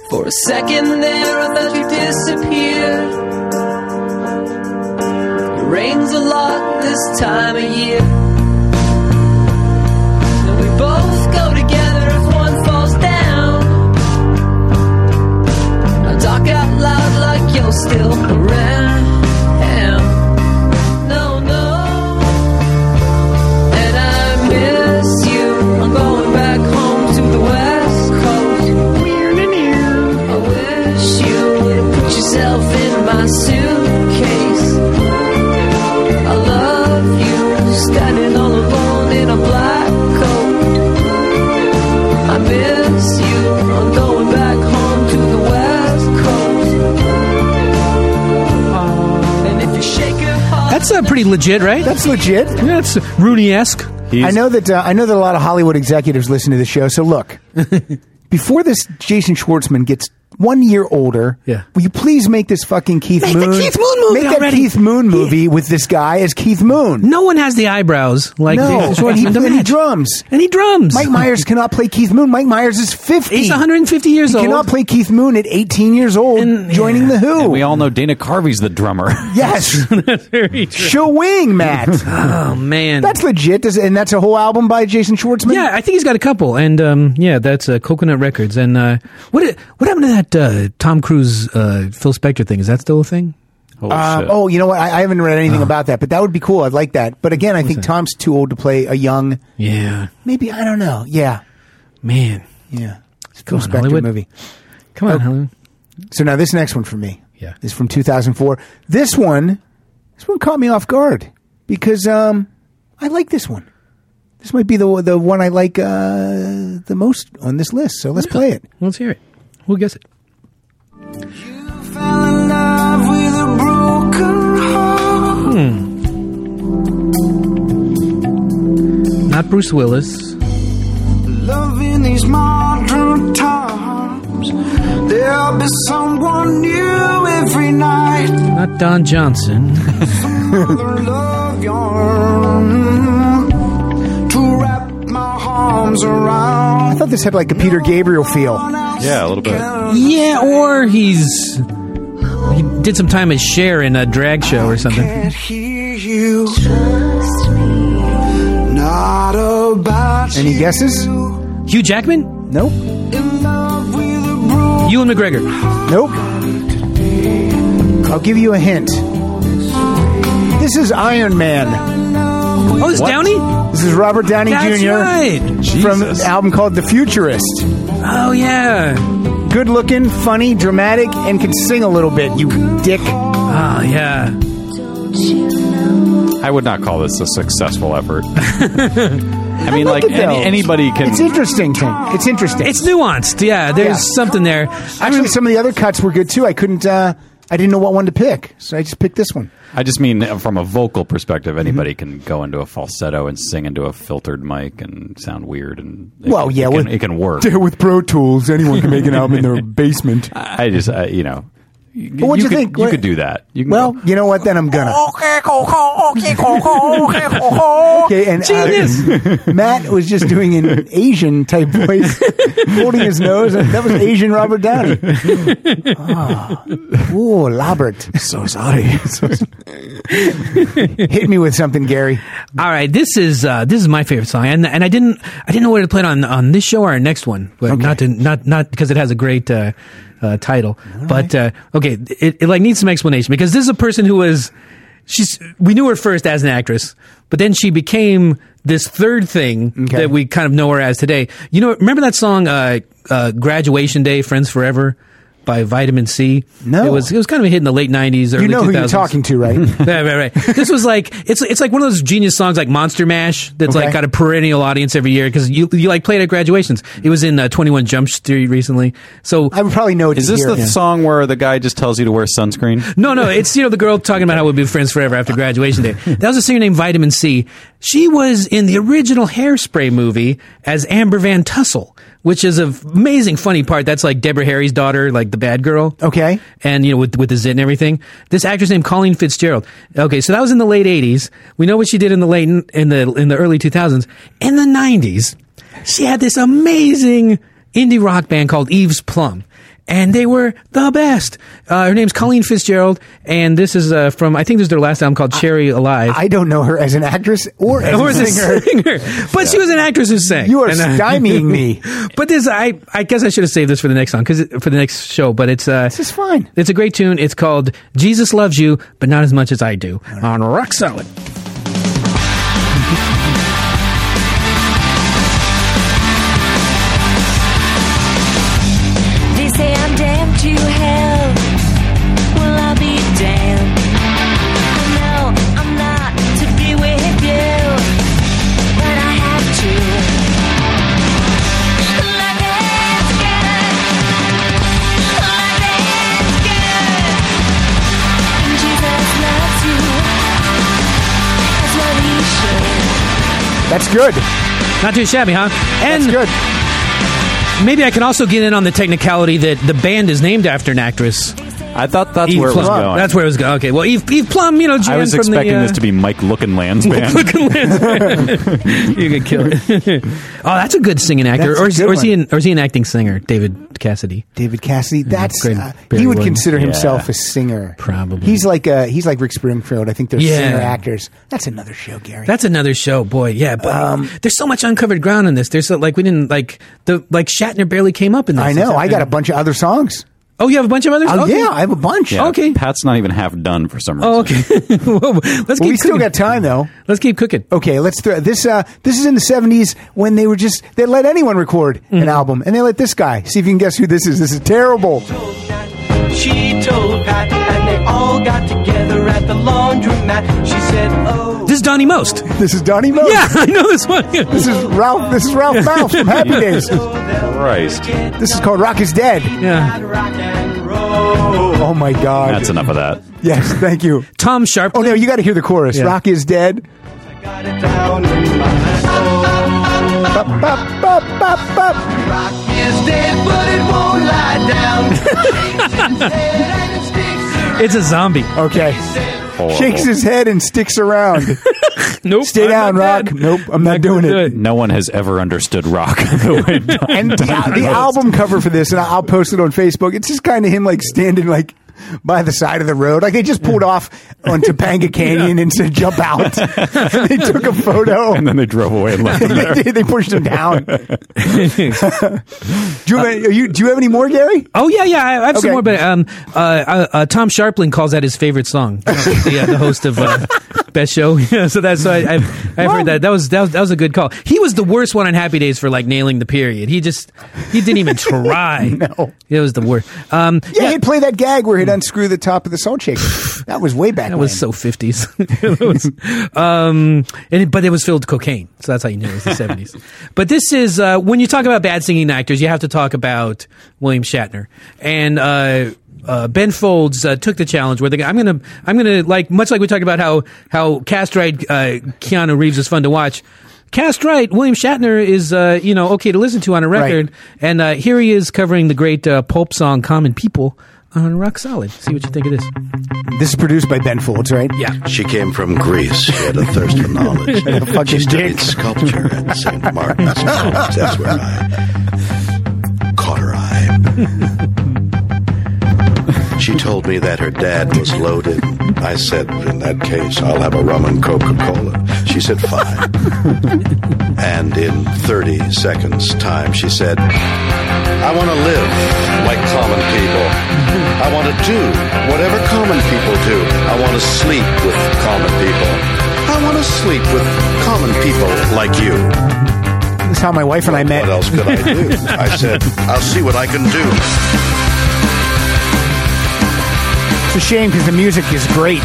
F: For a second there, I thought you disappeared. It rains a lot this time of year. And we both go together if one falls down. I talk out loud like you're still around. No, no. And I miss you. I'm going back home to the West Coast. I wish you would put yourself in my suitcase. I love you, standing all alone in a black coat. I miss you. I'm going back home to the West Coast. And if you shake your heart,
C: That's uh, pretty legit, right?
B: That's legit.
C: Yeah, that's Rooney-esque.
B: I know that uh, I know that a lot of Hollywood executives listen to the show. So
C: [laughs]
B: look, before this Jason Schwartzman gets one year older, yeah. will you please make this fucking Keith
C: Make the
B: Moon
C: Keith Moon movie
B: Make that
C: already.
B: Keith Moon movie with this guy as Keith Moon.
C: No one has the eyebrows like
B: no,
C: Jason Schwartzman
B: and he, [laughs]
C: to
B: and he
C: match.
B: drums.
C: And he drums.
B: Mike Myers cannot play Keith Moon. Mike Myers is fifty.
C: He's 150 years
B: He
C: old.
B: cannot play Keith Moon at eighteen years old, joining the Who.
D: And we all know Dana Carvey's the
B: [laughs]
D: drummer.
C: [laughs]
B: yes,
C: Very true.
B: Showing Matt.
C: [laughs] Oh man,
B: That's legit, Does- and that's a whole album by Jason Schwartzman.
C: yeah. I think he's got a couple, and um, yeah, that's uh, Coconut Records. And uh, what what happened to that uh, Tom Cruise uh, Phil Spector thing? Is that still a thing?
D: Holy
B: Um,
D: shit.
B: oh, you know what? I, I haven't read
C: Uh-huh.
B: anything about that, but that would be cool. I'd like that. But again, I think Tom's too old to play a young.
C: Yeah,
B: Maybe I don't know. Yeah,
C: man.
B: yeah.
C: Come
B: Phil
C: on,
B: Spector
C: Hollywood.
B: movie.
C: Come on, Helen.
B: So now this next one for me.
C: Yeah.
B: is from 2004. This one, this one caught me off guard because um, I like this one. This might be the the one I like uh, the most on this list. So let's play it.
C: Let's hear it. We'll guess it. Not Bruce Willis.
K: Loving these modern times. There'll be someone new every night.
C: Not Don Johnson.
K: Another love yarn to wrap my arms around.
B: I thought this had like a Peter Gabriel feel.
D: yeah, a little bit.
C: yeah, or he's he did some time as Cher in a drag show or something.
K: Can't hear you. Not about
B: Any guesses?
K: you.
C: Hugh Jackman,
B: Nope.
K: In love with a broken
C: Ewan McGregor.
B: Nope. I'll give you a hint. This is Iron Man.
C: Oh, it's
D: What?
C: Downey.
B: This is Robert Downey
C: That's
B: Jr.
C: right.
B: from an album called The Futurist.
C: Oh yeah.
B: Good looking, funny, dramatic, and can sing a little bit, you dick.
C: Oh yeah.
D: I would not call this a
B: [laughs]
D: successful effort. I mean,
B: like
D: like,
B: it, though.
D: any, anybody can.
B: It's interesting, Tim. It's interesting.
C: It's nuanced. Yeah, there's
B: Yeah.
C: something there. I
B: Actually,
C: remember,
B: some of the other cuts were good too. I couldn't, uh, I didn't know what one to pick, so I just picked this one.
D: I just mean uh, from a vocal perspective,
B: Mm-hmm.
D: anybody can go into a falsetto and sing into a filtered mic and sound weird. And it
B: Well,
D: can-
B: yeah,
D: it
B: with-
D: can, it can work.
B: with Pro Tools, anyone can make an album [laughs] in their basement.
D: I just, I, you know, y- you,
B: what'd you
D: could,
B: think?
D: You
B: What-
D: could do that. You can
B: Well,
D: go-
B: you know what? Then I'm gonna.
A: Oh,
K: Okay, Coco, okay, Coco, okay,
B: [laughs]
K: Coco.
B: Okay, and uh, [laughs] Matt was just doing an Asian type voice, holding his nose. and That was Asian Robert Downey. Oh, Ooh, Robert. So sorry. Hit me with something, Gary.
C: all right, this is uh, this is my favorite song, and and I didn't I didn't know whether to play it on on this show or our next one, but not to not not because it has a great uh, uh, title, but uh, okay, it, it like needs some explanation because this is a person who was she's we knew her first as an actress, but then she became this third thing
B: Okay.
C: that we kind of know her as today. You know, remember that song uh, uh, "Graduation Day, Friends Forever" by Vitamin C?
B: No.
C: it was it was kind of a hit in the late nineties.
B: You know who you're talking to, right?
D: [laughs]
C: yeah, right, right. This was like it's it's like one of those genius songs like Monster Mash that's
B: Okay.
C: like got a perennial audience every year because you you like play it at graduations. It was in uh, Twenty One Jump Street recently. So
B: I would probably know. It
D: is this
B: here.
D: the song where the guy just tells you to wear sunscreen?
C: no, no, it's you know the girl talking about how we'll be friends forever after graduation day. That was a singer named Vitamin C. She was in the original Hairspray movie as Amber Van Tussle, which is an amazing funny part. That's like Deborah Harry's daughter, like the bad girl.
B: Okay.
C: and you know with with the zit and everything. This actress named Colleen Fitzgerald. Okay, so that was in the late '80s. We know what she did in the late in the in the early 2000s. In the '90s, she had this amazing indie rock band called Eve's Plum. And they were the best. Uh, her name's Colleen Fitzgerald, and this is uh, from I think this is their last album called Cherry Alive.
B: I don't know her as an actress or as
C: or
B: a
C: as a
B: singer.
C: singer. But she was an actress who sang.
B: You are
C: uh,
B: stymieing me.
C: [laughs] but this, I, I guess I should have saved this for the next song, because for the next show. But it's uh, this
B: is fine.
C: It's a great tune. It's called "Jesus Loves You, but Not as Much as I Do" on Rock Solid.
N: They say I'm damned to hell. Well, I'll be damned. I know I'm not to be with you, but I have to. Love is good. Love is good. And Jesus loves you. That's what he should.
B: That's good.
C: Not too shabby, huh? And That's good. Maybe I can also get in on the technicality that the band is named after an actress.
D: I thought that's where it was going.
C: That's where it was going. Okay. Well, Eve, Eve Plum, you know,
D: I
C: Jan
D: was
C: from
D: expecting
C: the, uh,
D: this to be Mike Lookinland's band.
C: [laughs] you could kill it. [laughs] oh, that's a good singing actor.
B: That's
C: Or
B: a
C: is,
B: good
C: or is he
B: one.
C: an or is he an acting singer? David Cassidy.
B: David Cassidy. That's
C: great.
B: uh,
C: Mm-hmm. Barry
B: he would
C: Williams.
B: consider
C: Yeah.
B: himself a singer.
C: Probably.
B: He's like uh, he's like Rick Springfield. I think they're
C: Yeah.
B: singer actors. That's another show, Gary.
C: That's another show, boy. Yeah, but
B: Um,
C: there's so much uncovered ground in this. There's so, like we didn't like the like Shatner barely came up in this.
B: I know. I got a bunch of other songs.
C: Oh, you have a bunch of others.
B: Oh,
C: Okay.
B: yeah, I have a bunch.
D: Yeah,
C: Okay.
D: Pat's not even half done for some reason.
C: Oh, okay. [laughs] Whoa, Let's
B: Well,
C: keep
B: we still
C: cooking.
B: got time though.
C: Let's keep cooking.
B: Okay, let's throw this. Uh, this is in the seventies when they were just they let anyone record
C: Mm-hmm.
B: an album, and they let this guy see if you can guess who this is. This is terrible.
O: She told Pat, and they all got together at the laundromat. She said, Oh.
C: This is Donnie Most.
B: This is Donnie Most.
C: [laughs] Yeah, I know this one.
B: Oh. This is Ralph. This is Ralph Mouth
C: [laughs]
B: from Happy Days.
O: oh,
B: Oh.
D: Christ.
B: This is called Rock is Dead.
C: Yeah.
B: Oh my God.
D: That's enough of that.
B: Yes, thank you.
C: Tom Sharp.
B: Oh no, you got to hear the chorus.
D: Yeah.
B: Rock is dead. Bop, bop, bop, bop, bop.
O: Is dead, but it won't lie
B: [laughs]
O: down.
C: It's a zombie.
B: Okay. Shakes his head and sticks around.
C: nope.
B: Stay down, Rock. Nope, I'm not doing it.
D: No one has ever
B: [laughs]
D: understood rock the way Don-
B: And
D: [laughs]
B: the,
D: Don
B: the
D: Most-
B: album cover for this, and I- I'll post it on Facebook. It's just kind of him like standing like by the side of the road, like they just pulled off on Topanga Canyon and said jump out. they took a photo.
D: And then they drove
B: [laughs]
D: away and left him there.
B: they, they pushed him down. [laughs]
C: [laughs]
B: do you have any, are you, do you have any more, Gary?
C: Oh yeah, yeah. I, I have
B: Okay.
C: some more, but um, uh, uh, uh, Tom Sharpling calls that his favorite song. the, uh, the host of uh, Best Show. [laughs] Yeah, so that's so I, I've, I've heard that. That was, that was that was a good call. He was the worst one on Happy Days for like nailing the period. He just he didn't even try. no, it was the worst. Um,
B: Yeah, he'd play that gag where he'd unscrew the top of the salt shaker. That was way back.
C: that was so fifties. [laughs] um, and it- but it was filled with cocaine, so that's how you knew it was the seventies. but this is uh, when you talk about bad singing actors, you have to talk about William Shatner and. Uh, uh, ben Folds uh, took the challenge where the guy, I'm gonna, I'm gonna like much like we talked about how how cast right uh, Keanu Reeves is fun to watch. Cast right, William Shatner is uh, you know okay to listen to on a record, and uh, here he is covering the great uh, pulp song "Common People" on Rock Solid. See what you think of this.
B: This is produced by Ben Folds, right?
C: Yeah.
P: She came from Greece. She had a thirst for knowledge.
B: And [laughs] a fucking
P: she studied
B: dick.
P: sculpture at St.
B: [laughs]
P: Martin's College. That's where I caught her eye. She told me that her dad was loaded. I said, in that case, I'll have a rum and Coca-Cola. She said, fine. And in 30 seconds' time, she said, I want to live like common people. I want to do whatever common people do. I want to sleep with common people. I want to sleep with common people like you.
B: That's how my wife and I met.
P: What else could I do? I said, I'll see what I can do.
B: It's a shame because the music is great.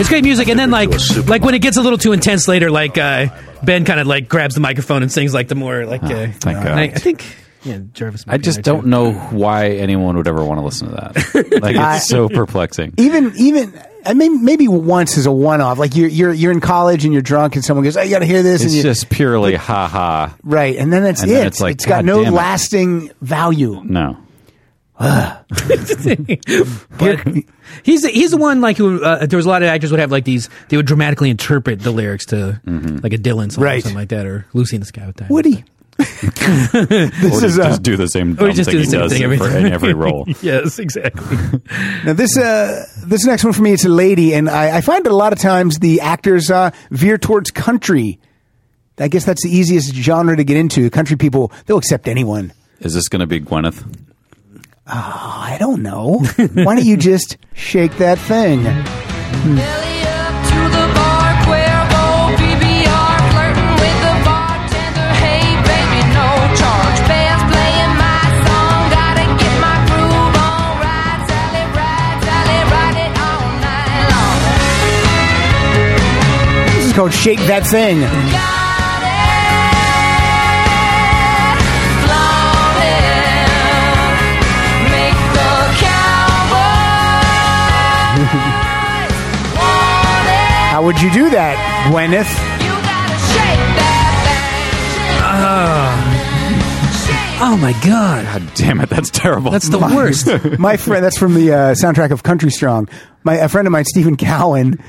C: It's great music, and then like like when it gets a little too intense later, like uh, Ben kind of like grabs the microphone and sings like the more like. Uh,
D: thank God.
C: I, I think yeah, Jarvis.
D: I just don't know why anyone would ever want to listen to
B: [laughs]
D: that. Like
B: I-
D: it's so perplexing.
B: Even even I mean maybe once is a one off. Like you're you're you're in college and you're drunk and someone goes, "I got to hear this,"
D: It's
B: and you,
D: just purely ha ha.
B: right, and then that's
D: And
B: it.
D: then it's like,
B: it's got
D: God
B: no
D: damn it.
B: lasting value.
D: No.
C: But he's the, he's the one like who uh, there was a lot of actors would have like these they
D: Mm-hmm.
C: would dramatically interpret the lyrics to like a Dylan song or
B: Right.
C: something like that or Lucy in the Sky with Diamonds.
B: Woody.
D: or
B: is,
D: just,
B: uh,
D: just do the same
B: or
D: dumb
B: just
D: thing
B: do
D: he
B: the same
D: does
B: thing
D: in
B: every
D: for-
B: time.
D: in every
B: [laughs]
D: role.
C: [laughs] yes, exactly.
D: [laughs]
B: Now this uh, this next one for me, it's a lady, and I, I find that a lot of times the actors uh, veer towards country. I guess that's the easiest genre to get into. Country people, they'll accept anyone.
D: Is this going to be Gwyneth?
B: I don't know. [laughs] Why don't you just shake that thing?
F: To the bar, Cuervo, PBR, flirting with the bartender. Hey, baby, no charge. Band's playing my song, gotta get my groove on. Ride, Sally, ride, Sally, ride it all night long.
B: This is called Shake That Thing.
F: Make the cowboy
B: How would you do that, Gwyneth?
F: shake that
C: oh my god!
D: God damn it! That's terrible.
C: That's
D: [laughs]
C: the worst.
B: [laughs] my friend, that's from the uh, soundtrack of Country Strong. My a friend of mine, Stephen Cowan,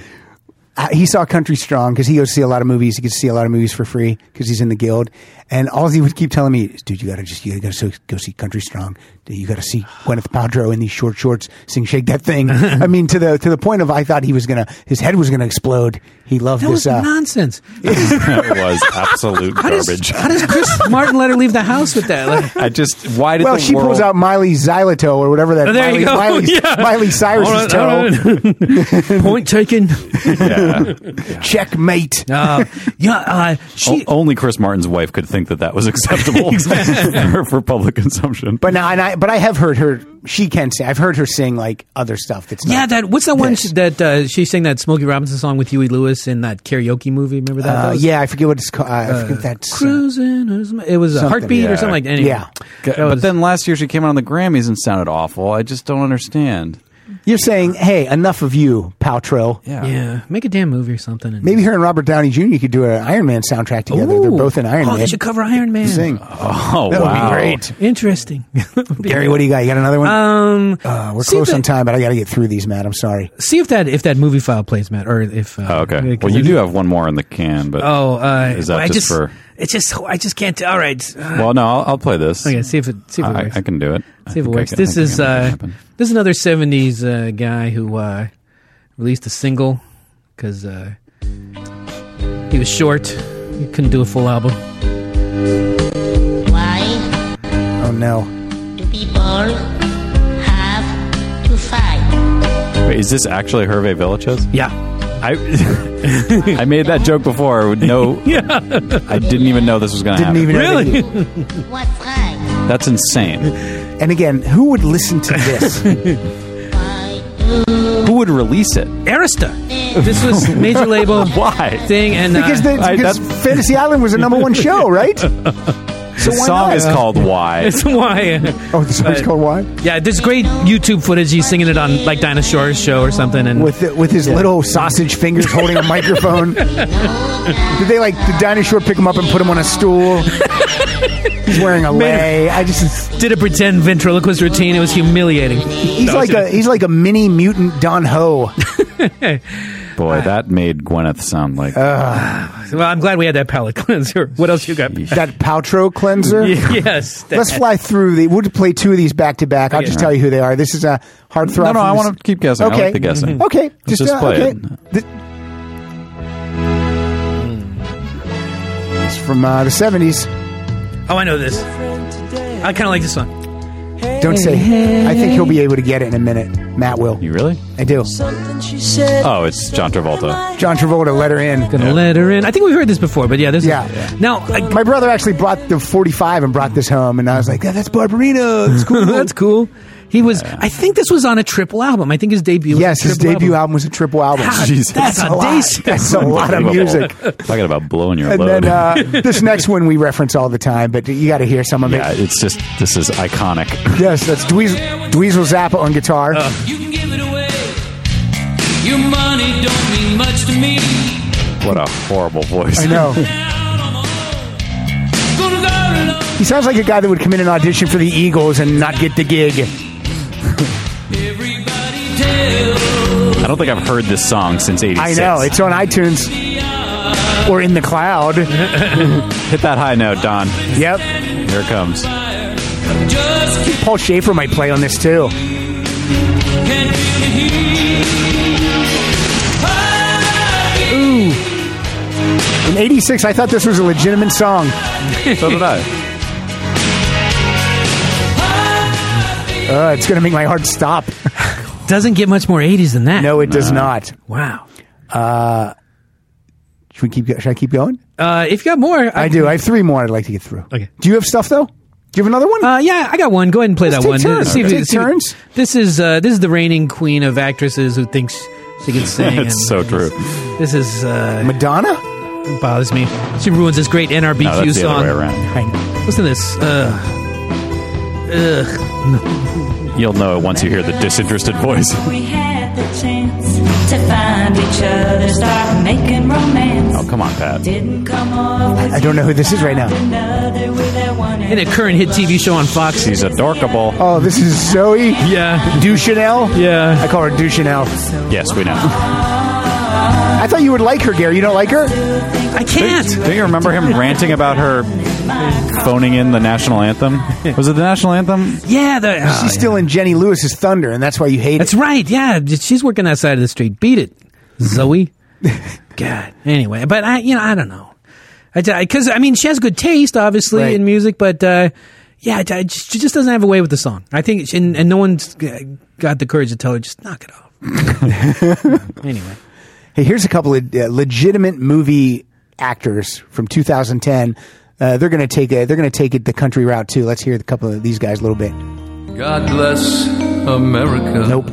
B: uh, he saw Country Strong because he goes to see a lot of movies. He gets to see a lot of movies for free because he's in the guild. And all he would keep telling me is, "Dude, you gotta just you gotta so, go see Country Strong. Dude, You gotta see Gwyneth Paltrow in these short shorts sing Shake That
C: [laughs]
B: Thing." I mean, to the to the point of I thought he was gonna his head was gonna explode. He loved
C: That
B: this.
C: was
B: uh,
C: nonsense.
D: that was absolute
C: How does,
D: garbage.
C: how does Chris
D: [laughs]
C: Martin let her leave the house with that? Like,
D: I just why did
B: well,
D: the
B: she
D: world
B: pulls out Miley Xyloto or whatever that
C: Oh, there
B: Miley,
C: you go. [laughs]
B: Miley,
C: Yeah.
B: Miley Cyrus's
C: All right,
B: toe.
C: all
D: [laughs]
C: right. Point taken.
D: Yeah.
B: Checkmate.
C: Uh, yeah, uh, she.
B: Oh,
D: O- only Chris Martin's wife could think that that was acceptable [laughs] for, for public consumption.
B: But now, and I, but I have heard her. She can sing. I've heard her sing like other stuff. That's
C: Yeah,
B: not,
C: that what's that one sh- that uh, she sang that Smokey Robinson song with Huey Lewis in that karaoke movie? Remember that?
B: Uh,
C: That was-
B: yeah, I forget what it's called. I forget that's
C: cruising. Or something. it was a
D: Something,
C: heartbeat
D: yeah.
C: or something like that. Anyway,
B: Yeah.
C: that
D: but
C: was-
D: then last year she came out on the Grammys and sounded awful. I just don't understand.
B: You're saying, hey, enough of you, Paltrow.
D: Yeah.
C: yeah, make a damn movie or something. And
B: Maybe her and Robert Downey Jr. could do an Iron Man soundtrack together. They're
C: Ooh.
B: both in Iron
C: oh,
B: Man.
C: they should cover Iron Man.
B: Sing.
D: Oh
B: That would be
D: wow!
B: great. [laughs]
C: Interesting.
B: Gary, what do you got? You got another one?
C: Um,
B: uh, we're
C: see
B: close
C: that-
B: on time, but I got to get through these, Matt. I'm sorry.
C: see if that if that movie file plays, Matt, or if uh,
D: Oh, okay.
C: because
D: Well, you
C: it's-
D: do have one more in the can, but
C: Oh, uh,
D: is that
C: well, I
D: just,
C: just
D: for?
C: it's just I just can't. All right, uh,
D: Well, no, I'll, I'll play this.
C: okay. See if it see if it
D: I,
C: works.
D: I can do it. I
C: see if
D: think
C: it
D: I
C: works.
D: can- I
C: This
D: think I
C: is
D: can make it
C: uh,
D: happen.
C: this is another '70s uh, guy who uh, released a single because uh, he was short. He couldn't do a full album.
Q: Why
B: Oh, no.
Q: do people have to fight?
D: Wait, is this actually Hervé Villachez?
C: Yeah.
D: I [laughs] I made that joke before.
B: [laughs]
D: with No, I didn't even know this was going to
B: Didn't
D: happen.
B: even really?
Q: What's right?
D: That's insane.
B: And again, who would listen to this?
D: Who would release it?
C: Arista. This was major label
D: Why?
C: thing, and uh, [laughs]
B: because the,
D: I-
B: because
D: that's-
B: Fantasy Island was the number one show, right?
D: The
B: why
D: song
B: not?
D: is called
B: [laughs]
D: Why.
C: it's why.
B: Oh, the song's
C: Uh,
B: called Why?
C: Yeah, there's great YouTube footage. He's singing it on like Dinah Shore's show or something, and
B: with the, with his little sausage fingers holding a microphone. did they like the dinosaur pick him up and put him on a stool? he's wearing a lei. I just
C: did a pretend ventriloquist routine. It was humiliating.
B: he's like a he's like a mini mutant Don Ho.
D: Boy, that made Gwyneth sound like
B: Uh,
C: Well, I'm glad we had that palate [laughs] cleanser. What else you got?
B: that Paltrow
D: [laughs]
B: cleanser.
C: [laughs] yes. that-
B: Let's fly through the. We'll play two of these back to back. I'll just tell you who they are. This is a hard throw.
D: No, no, I want to keep guessing. I like the guessing.
B: Okay,
D: Let's just
B: uh,
D: play
B: okay.
D: it.
B: Th- It's from uh, the seventies.
C: Oh, I know this. I kind of like this song.
B: Don't say. I think he'll be able to get it in a minute. Matt will.
D: You really?
B: I do.
D: Oh, it's John Travolta.
B: John Travolta let her in.
C: Gonna let her in. I think we heard this before, but yeah, this.
B: Yeah.
C: Is, now, uh, I,
B: My brother actually brought the 45 and brought this home, and I was like, yeah, "That's Barbarino.
C: [laughs]
B: It's cool."
C: that's cool. He was. I think this was on a triple album. I think his debut. Was
B: yes,
C: a
B: his
C: triple
B: debut album. was a triple album.
C: God, Jesus. that's
B: a lot.
C: audacious.
B: That's a lot of music.
D: Talking about blowing your
B: And
D: load.
B: then uh, this next one we reference all the time, but you got to hear some of
D: yeah,
B: it.
D: it's just this is iconic. [laughs]
B: Yes, that's Dweezil, Dweezil Zappa on guitar.
E: You can give it away. Your money don't mean much to me.
D: What a horrible voice.
B: I know.
E: Gonna go to love.
B: He sounds like a guy that would come in an audition for the Eagles and not get the gig.
D: I don't think I've heard this song since '86.
B: I know it's on iTunes. or in the cloud.
D: Hit that high note, Don.
B: Yep.
D: Here it comes.
B: Paul Schaefer might play on this too. Ooh. In 86, I thought this was a legitimate song.
D: so did I.
B: Uh, it's going to make my heart stop.
C: Doesn't get much more 80s than that.
B: No, it [laughs] does not.
C: Wow.
B: Uh, should we keep? go- Should I keep going?
C: Uh, if you got more, I,
B: do. I have three more. I'd like to get through.
C: Okay.
B: Do you have stuff though? Do you have another one?
C: Uh, yeah, I got one. Go ahead and play
B: Let's
C: that
B: take
C: one.
B: turns.
C: See if-
B: Take
C: see if-
B: turns.
C: This is uh, this is the reigning queen of actresses who thinks she
D: [laughs]
C: can sing.
D: It's so true.
C: This is uh,
B: Madonna.
C: Bothers me. She ruins this great NRBQ
D: No, that's the
C: song.
D: other way around.
C: I know. Listen to this. Uh, ugh.
D: You'll know it once you hear the disinterested voice.
N: We had the chance to find each other, start making romance.
D: Oh, come on, Pat.
N: Didn't come off with
B: I don't know who this is right now.
N: another with that one.
C: In a current hit TV show on Fox.
D: She's adorkable.
B: Oh, this is Zoe.
C: Yeah.
B: Duchanel.
C: Yeah.
B: I call her Duchanel.
D: Yes, we know.
B: I thought you would like her, Gary. You don't like her?
C: I can't.
D: Do you remember him ranting about her phoning in the national anthem? Was it the national anthem?
C: Yeah, the, oh,
B: She's
C: yeah.
B: still in Jenny Lewis's Thunder, and that's why you hate
C: That's right. Yeah, she's working that side of the street. Beat it,
B: Mm-hmm. [laughs]
C: Zoe. God. Anyway, but I, you know, I don't know. I, because I mean, she has good taste, obviously,
B: Right.
C: in music, but uh, yeah, I- I- she just doesn't have a way with the song. I think, and, and no one's g- got the courage to tell her just knock it off.
B: [laughs]
C: anyway,
B: it. Hey, here's a couple of uh, legitimate movie actors from 2010. Uh, they're gonna take a, they're gonna take it the country route too. Let's hear a couple of these guys a little bit.
R: God bless America.
B: Nope,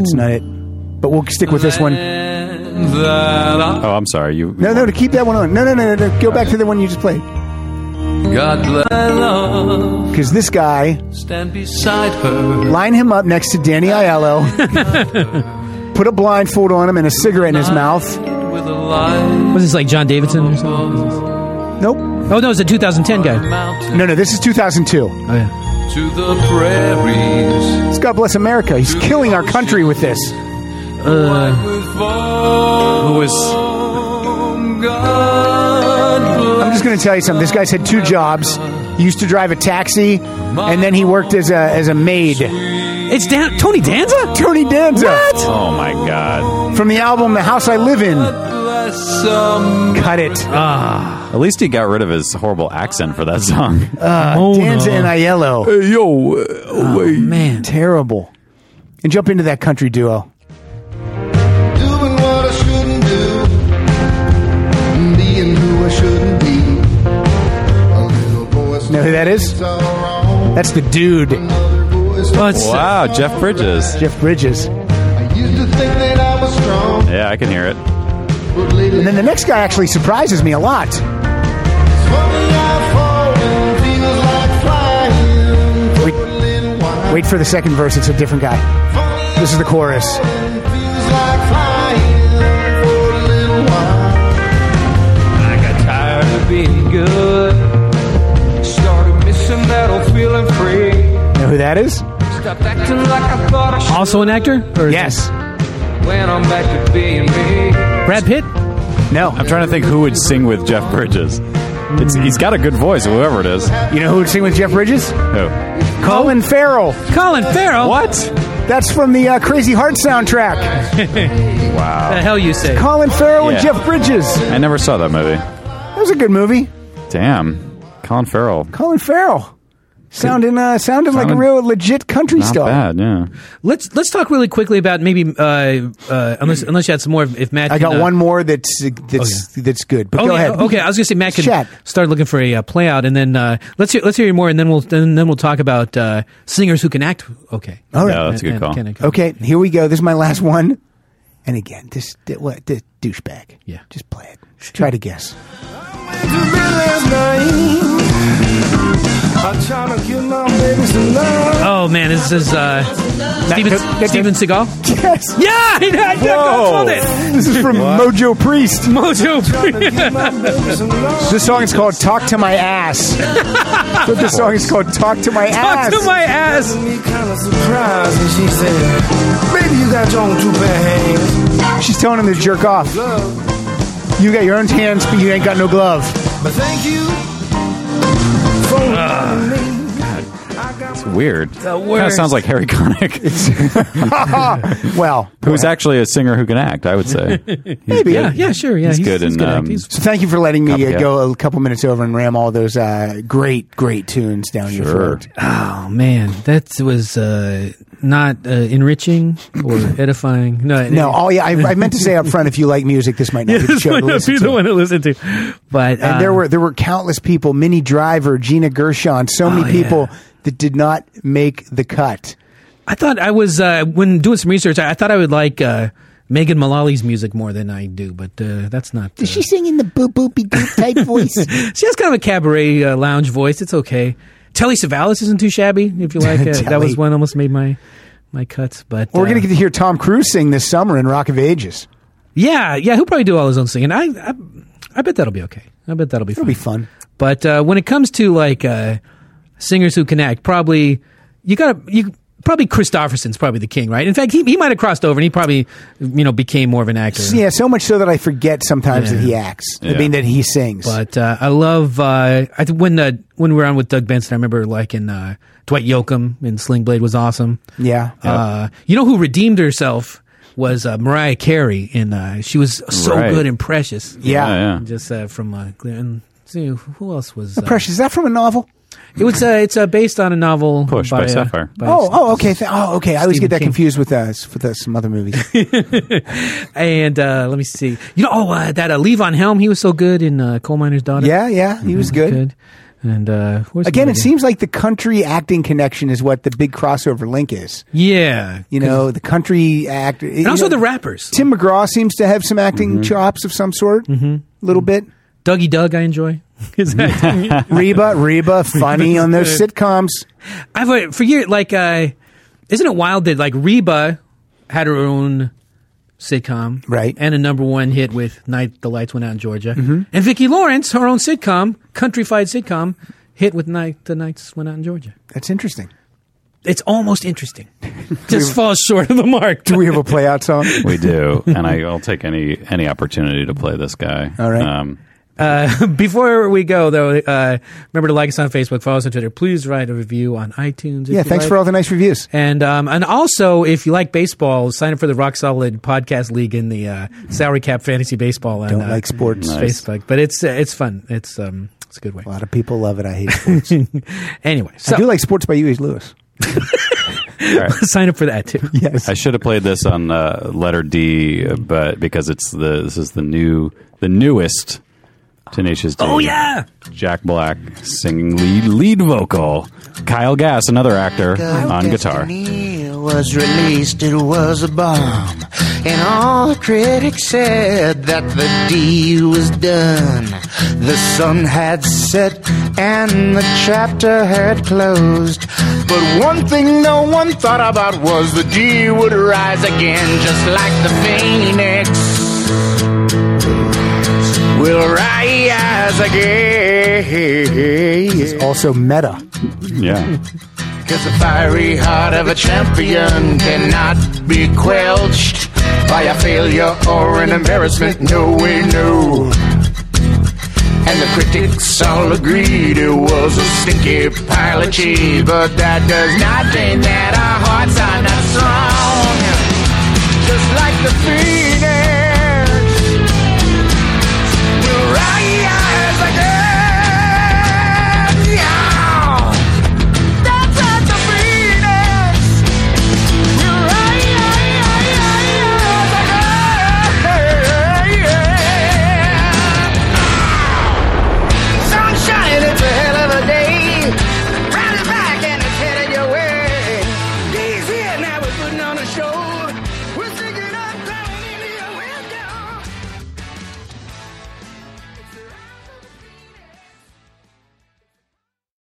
B: it's not it. But we'll stick with this one.
R: That I-
D: Oh, I'm sorry. You
B: No, no, to keep that one on. No, no, no, no. no. Go back to the one you just played
R: God bless my love.
B: because this guy
R: Stand beside her.
B: line him up next to Danny
R: [laughs]
B: Aiello, put a blindfold on him and a cigarette in his mouth.
R: With a light
C: was this like John Davidson? Or something?
B: Nope.
C: Oh no, it's a 2010 guy.
R: mountain
B: No, no, this is 2002.
C: Oh yeah,
R: to the prairies.
B: It's God Bless America. He's killing our country with this.
R: With foam.
D: Who is
R: God bless
B: I'm just going to tell you something. This guy's had two jobs. He used to drive a taxi, and then he worked as a as a maid.
C: it's Dan- Tony Danza.
B: Tony Danza
D: Oh my God!
B: from the album "The House I Live In."
R: some.
B: Cut it.
D: At least he got rid of his horrible accent for that song.
C: oh
B: Danza and Aiello.
D: yo,
C: man,
B: Terrible. And jump into that country duo.
K: Doing what I shouldn't do, being who I shouldn't be. A little voice
B: Know who that is?
K: that's all wrong.
B: That's the dude,
K: Another voice
C: Oh, it's-
D: wow, Jeff Bridges.
B: Jeff Bridges.
K: I used to think that I was strong,
D: Yeah, I can hear it.
K: but lately
B: And then the next guy actually surprises me a lot.
K: it's funny I've fallen. Feels like flying,
B: Wait.
K: falling wide.
B: Wait for the second verse. It's a different guy.
K: Funny
B: This is the chorus.
K: feels like flying for a little while.
R: I got tired of being good. Started missing that old feeling free.
B: Know who that is?
R: Stopped acting like I thought I should.
C: also an actor. Or is
B: Yes.
R: When I'm back to being me.
C: it Brad Pitt.
B: No.
D: I'm trying to think who would sing with Jeff Bridges. It's, he's got a good voice, whoever it is.
B: You know who would sing with Jeff Bridges?
D: Oh.
B: Colin Farrell.
C: Colin Farrell.
D: What?
B: That's from the uh, Crazy Heart soundtrack.
C: the hell you say?
B: Colin Farrell and
D: Yeah.
B: Jeff Bridges.
D: I never saw that movie.
B: That was a good movie.
D: Damn. Colin Farrell.
B: Colin Farrell. Sounding, uh, sounding like a
D: Sounded-
B: real legit country
D: Not
B: star.
D: bad, yeah.
C: Let's let's talk really quickly about maybe uh, uh, unless unless you had some more. If if Matt,
B: I
C: can,
B: got
C: uh,
B: one more that's that's that's good. But
C: Oh,
B: go
C: yeah,
B: ahead.
C: Okay, I was gonna say Matt can
B: Chat.
C: start looking for a uh, play out, and then uh, let's hear, let's hear more, and then we'll then, then we'll talk about uh, singers who can act. Okay,
B: All right.
D: No, that's a good
C: And-
D: call.
C: can act.
B: Okay, here we go. This is my last one. And again, this di- what this douchebag.
C: Yeah.
B: Just play it. Try to guess.
C: Oh man, this is uh, Steven,
B: that- that-
C: Steven Seagal.
B: Yes.
C: Yeah, I, I,
D: Whoa.
C: I nailed it.
B: This is from Mojo Priest. [laughs]
C: Mojo.
B: This song is called "Talk to My
C: [laughs]
B: Ass." That's what this song is called "Talk to My Ass."
C: Talk to my ass.
B: She's telling him to jerk off. You got your own hands, but you ain't got no glove.
A: But thank you.
D: It's weird. Kind of
B: worst.
D: sounds like Harry Connick,
B: well,
D: who's actually a singer who can act. I would say.
B: Maybe.
D: good.
B: Yeah, yeah, sure, yeah,
D: He's,
B: he's-
D: good
B: he's
D: in.
B: good at
D: um,
B: So thank you for letting me uh,
D: Copycat.
B: go a couple minutes over and ram all those uh, great, great tunes down your throat.
C: Oh man, that was uh, not uh, enriching or edifying. No, it-
B: No, oh yeah, I, I meant to say up front, if you like music, this might not
C: Yeah,
B: be the
C: this
B: show
C: might
B: to
C: not
B: listen
C: be
B: to.
C: the one Ah. to listen to. But uh,
B: and there were there were countless people, Minnie Driver, Gina Gershon, so many
C: Oh,
B: people that did not make the cut.
C: I thought I was uh, when doing some research. I, I thought I would like uh, Megan Mullally's music more than I do, but uh, that's not.
B: Does she sing in the boo boopy doop [laughs] type voice?
C: She has kind of a cabaret uh, lounge voice. It's okay. Telly Savalas isn't too shabby if
B: [laughs]
C: you like. Uh, that
B: Telly.
C: was one almost made my my cuts, but
B: We're
C: uh,
B: gonna get to hear Tom Cruise sing this summer in Rock of Ages.
C: Yeah, yeah, he'll probably do all his own singing. I, I, I bet that'll be okay. I bet that'll be It'll fun. be
B: fun.
C: But uh, when it comes to like uh, singers who can act, probably you gotta you probably Christofferson's probably the king, right? In fact, he he might have crossed over and he probably you know became more of an actor.
B: Yeah, so much so that I forget sometimes
C: Yeah.
B: that he acts. I
C: Yeah.
B: mean that he sings.
C: But uh, I love uh, I, th- when uh, when we were on with Doug Benson. I remember like in uh, Dwight Yoakam in Sling Blade was awesome.
B: yeah.
C: Uh, you know who redeemed herself was uh, Mariah Carey, and uh, she was so
B: Right.
C: good and precious.
B: Yeah. Yeah, yeah.
D: Oh,
C: Just uh, from uh, Cle- and see, who else was
B: Uh,
C: uh,
B: Precious, is that from a novel?
C: It was uh, it's uh, based on a novel
D: Push by
C: uh,
D: Sapphire.
C: by
B: oh, oh, okay. Th- oh, okay. I always
C: Stephen
B: get that
C: King.
B: confused with uh, s- with uh, some other
C: [laughs]
B: movies.
C: And uh, let me see. You know, oh, uh, that uh, Levon Helm, he was so good in uh, Coal Miner's Daughter.
B: Yeah, yeah,
C: Mm-hmm.
B: he was good.
C: And uh, where's
B: Again,
C: the
B: it
C: movie?
B: seems like the country acting connection is what the big crossover link is.
C: Yeah,
B: You know, the country actor,
C: and also the Mm-hmm. rappers.
B: Tim McGraw seems to have some acting chops of some sort, a
C: Mm-hmm.
B: little bit.
C: Dougie Doug, I enjoy. [laughs] Is
D: [laughs]
C: that- [laughs]
B: Reba, Reba, funny on those sitcoms.
C: I've uh, for years like uh, isn't it wild that like Reba had her own sitcom, right, and a number one hit with "Night the Lights Went Out in Georgia,"
B: Mhm.
C: and Vicki Lawrence, her own sitcom, countryfied sitcom, hit with "Night the Nights Went Out in Georgia."
B: That's interesting.
C: It's almost [laughs] interesting. Just falls short of the [laughs] mark. Do
B: we have a play out
C: [laughs]
B: song?
D: we do, and I, I'll take any any opportunity to play this guy. All right. Um,
C: Uh, before we go, though, uh, remember to like us on Facebook, follow us on Twitter. Please write a review on iTunes. if
B: Yeah,
C: you
B: thanks
C: like.
B: for all the nice reviews.
C: And um, and also, if you like baseball, sign up for the Rock Solid Podcast League in the uh, Salary Cap Fantasy Baseball. On,
B: Don't
C: uh,
B: like sports. Nice.
C: Facebook, but it's uh, it's fun. It's um it's a good way.
B: A lot of people love it. I [laughs] hate sports.
C: anyway,
B: I do like sports by E. Lewis.
C: [laughs] sign up for that too.
B: Yes.
D: I should have played this on uh, letter D, but because it's the this is the new the newest Tenacious D.
C: Oh, yeah!
D: Jack Black singing lead lead vocal. Kyle Gass, another actor on guitar.
S: It was released, it was a bomb. And all the critics said that the deal was done. The sun had set and the chapter had closed. But one thing no one thought about was the deal would rise again, just like the phoenix. Will rise again.
B: It's also meta.
D: Yeah.
S: Cause the fiery heart of a champion cannot be quenched by a failure or an embarrassment. No way, no. And the critics all agreed it was a stinky pile of cheese, but that does not mean that our hearts are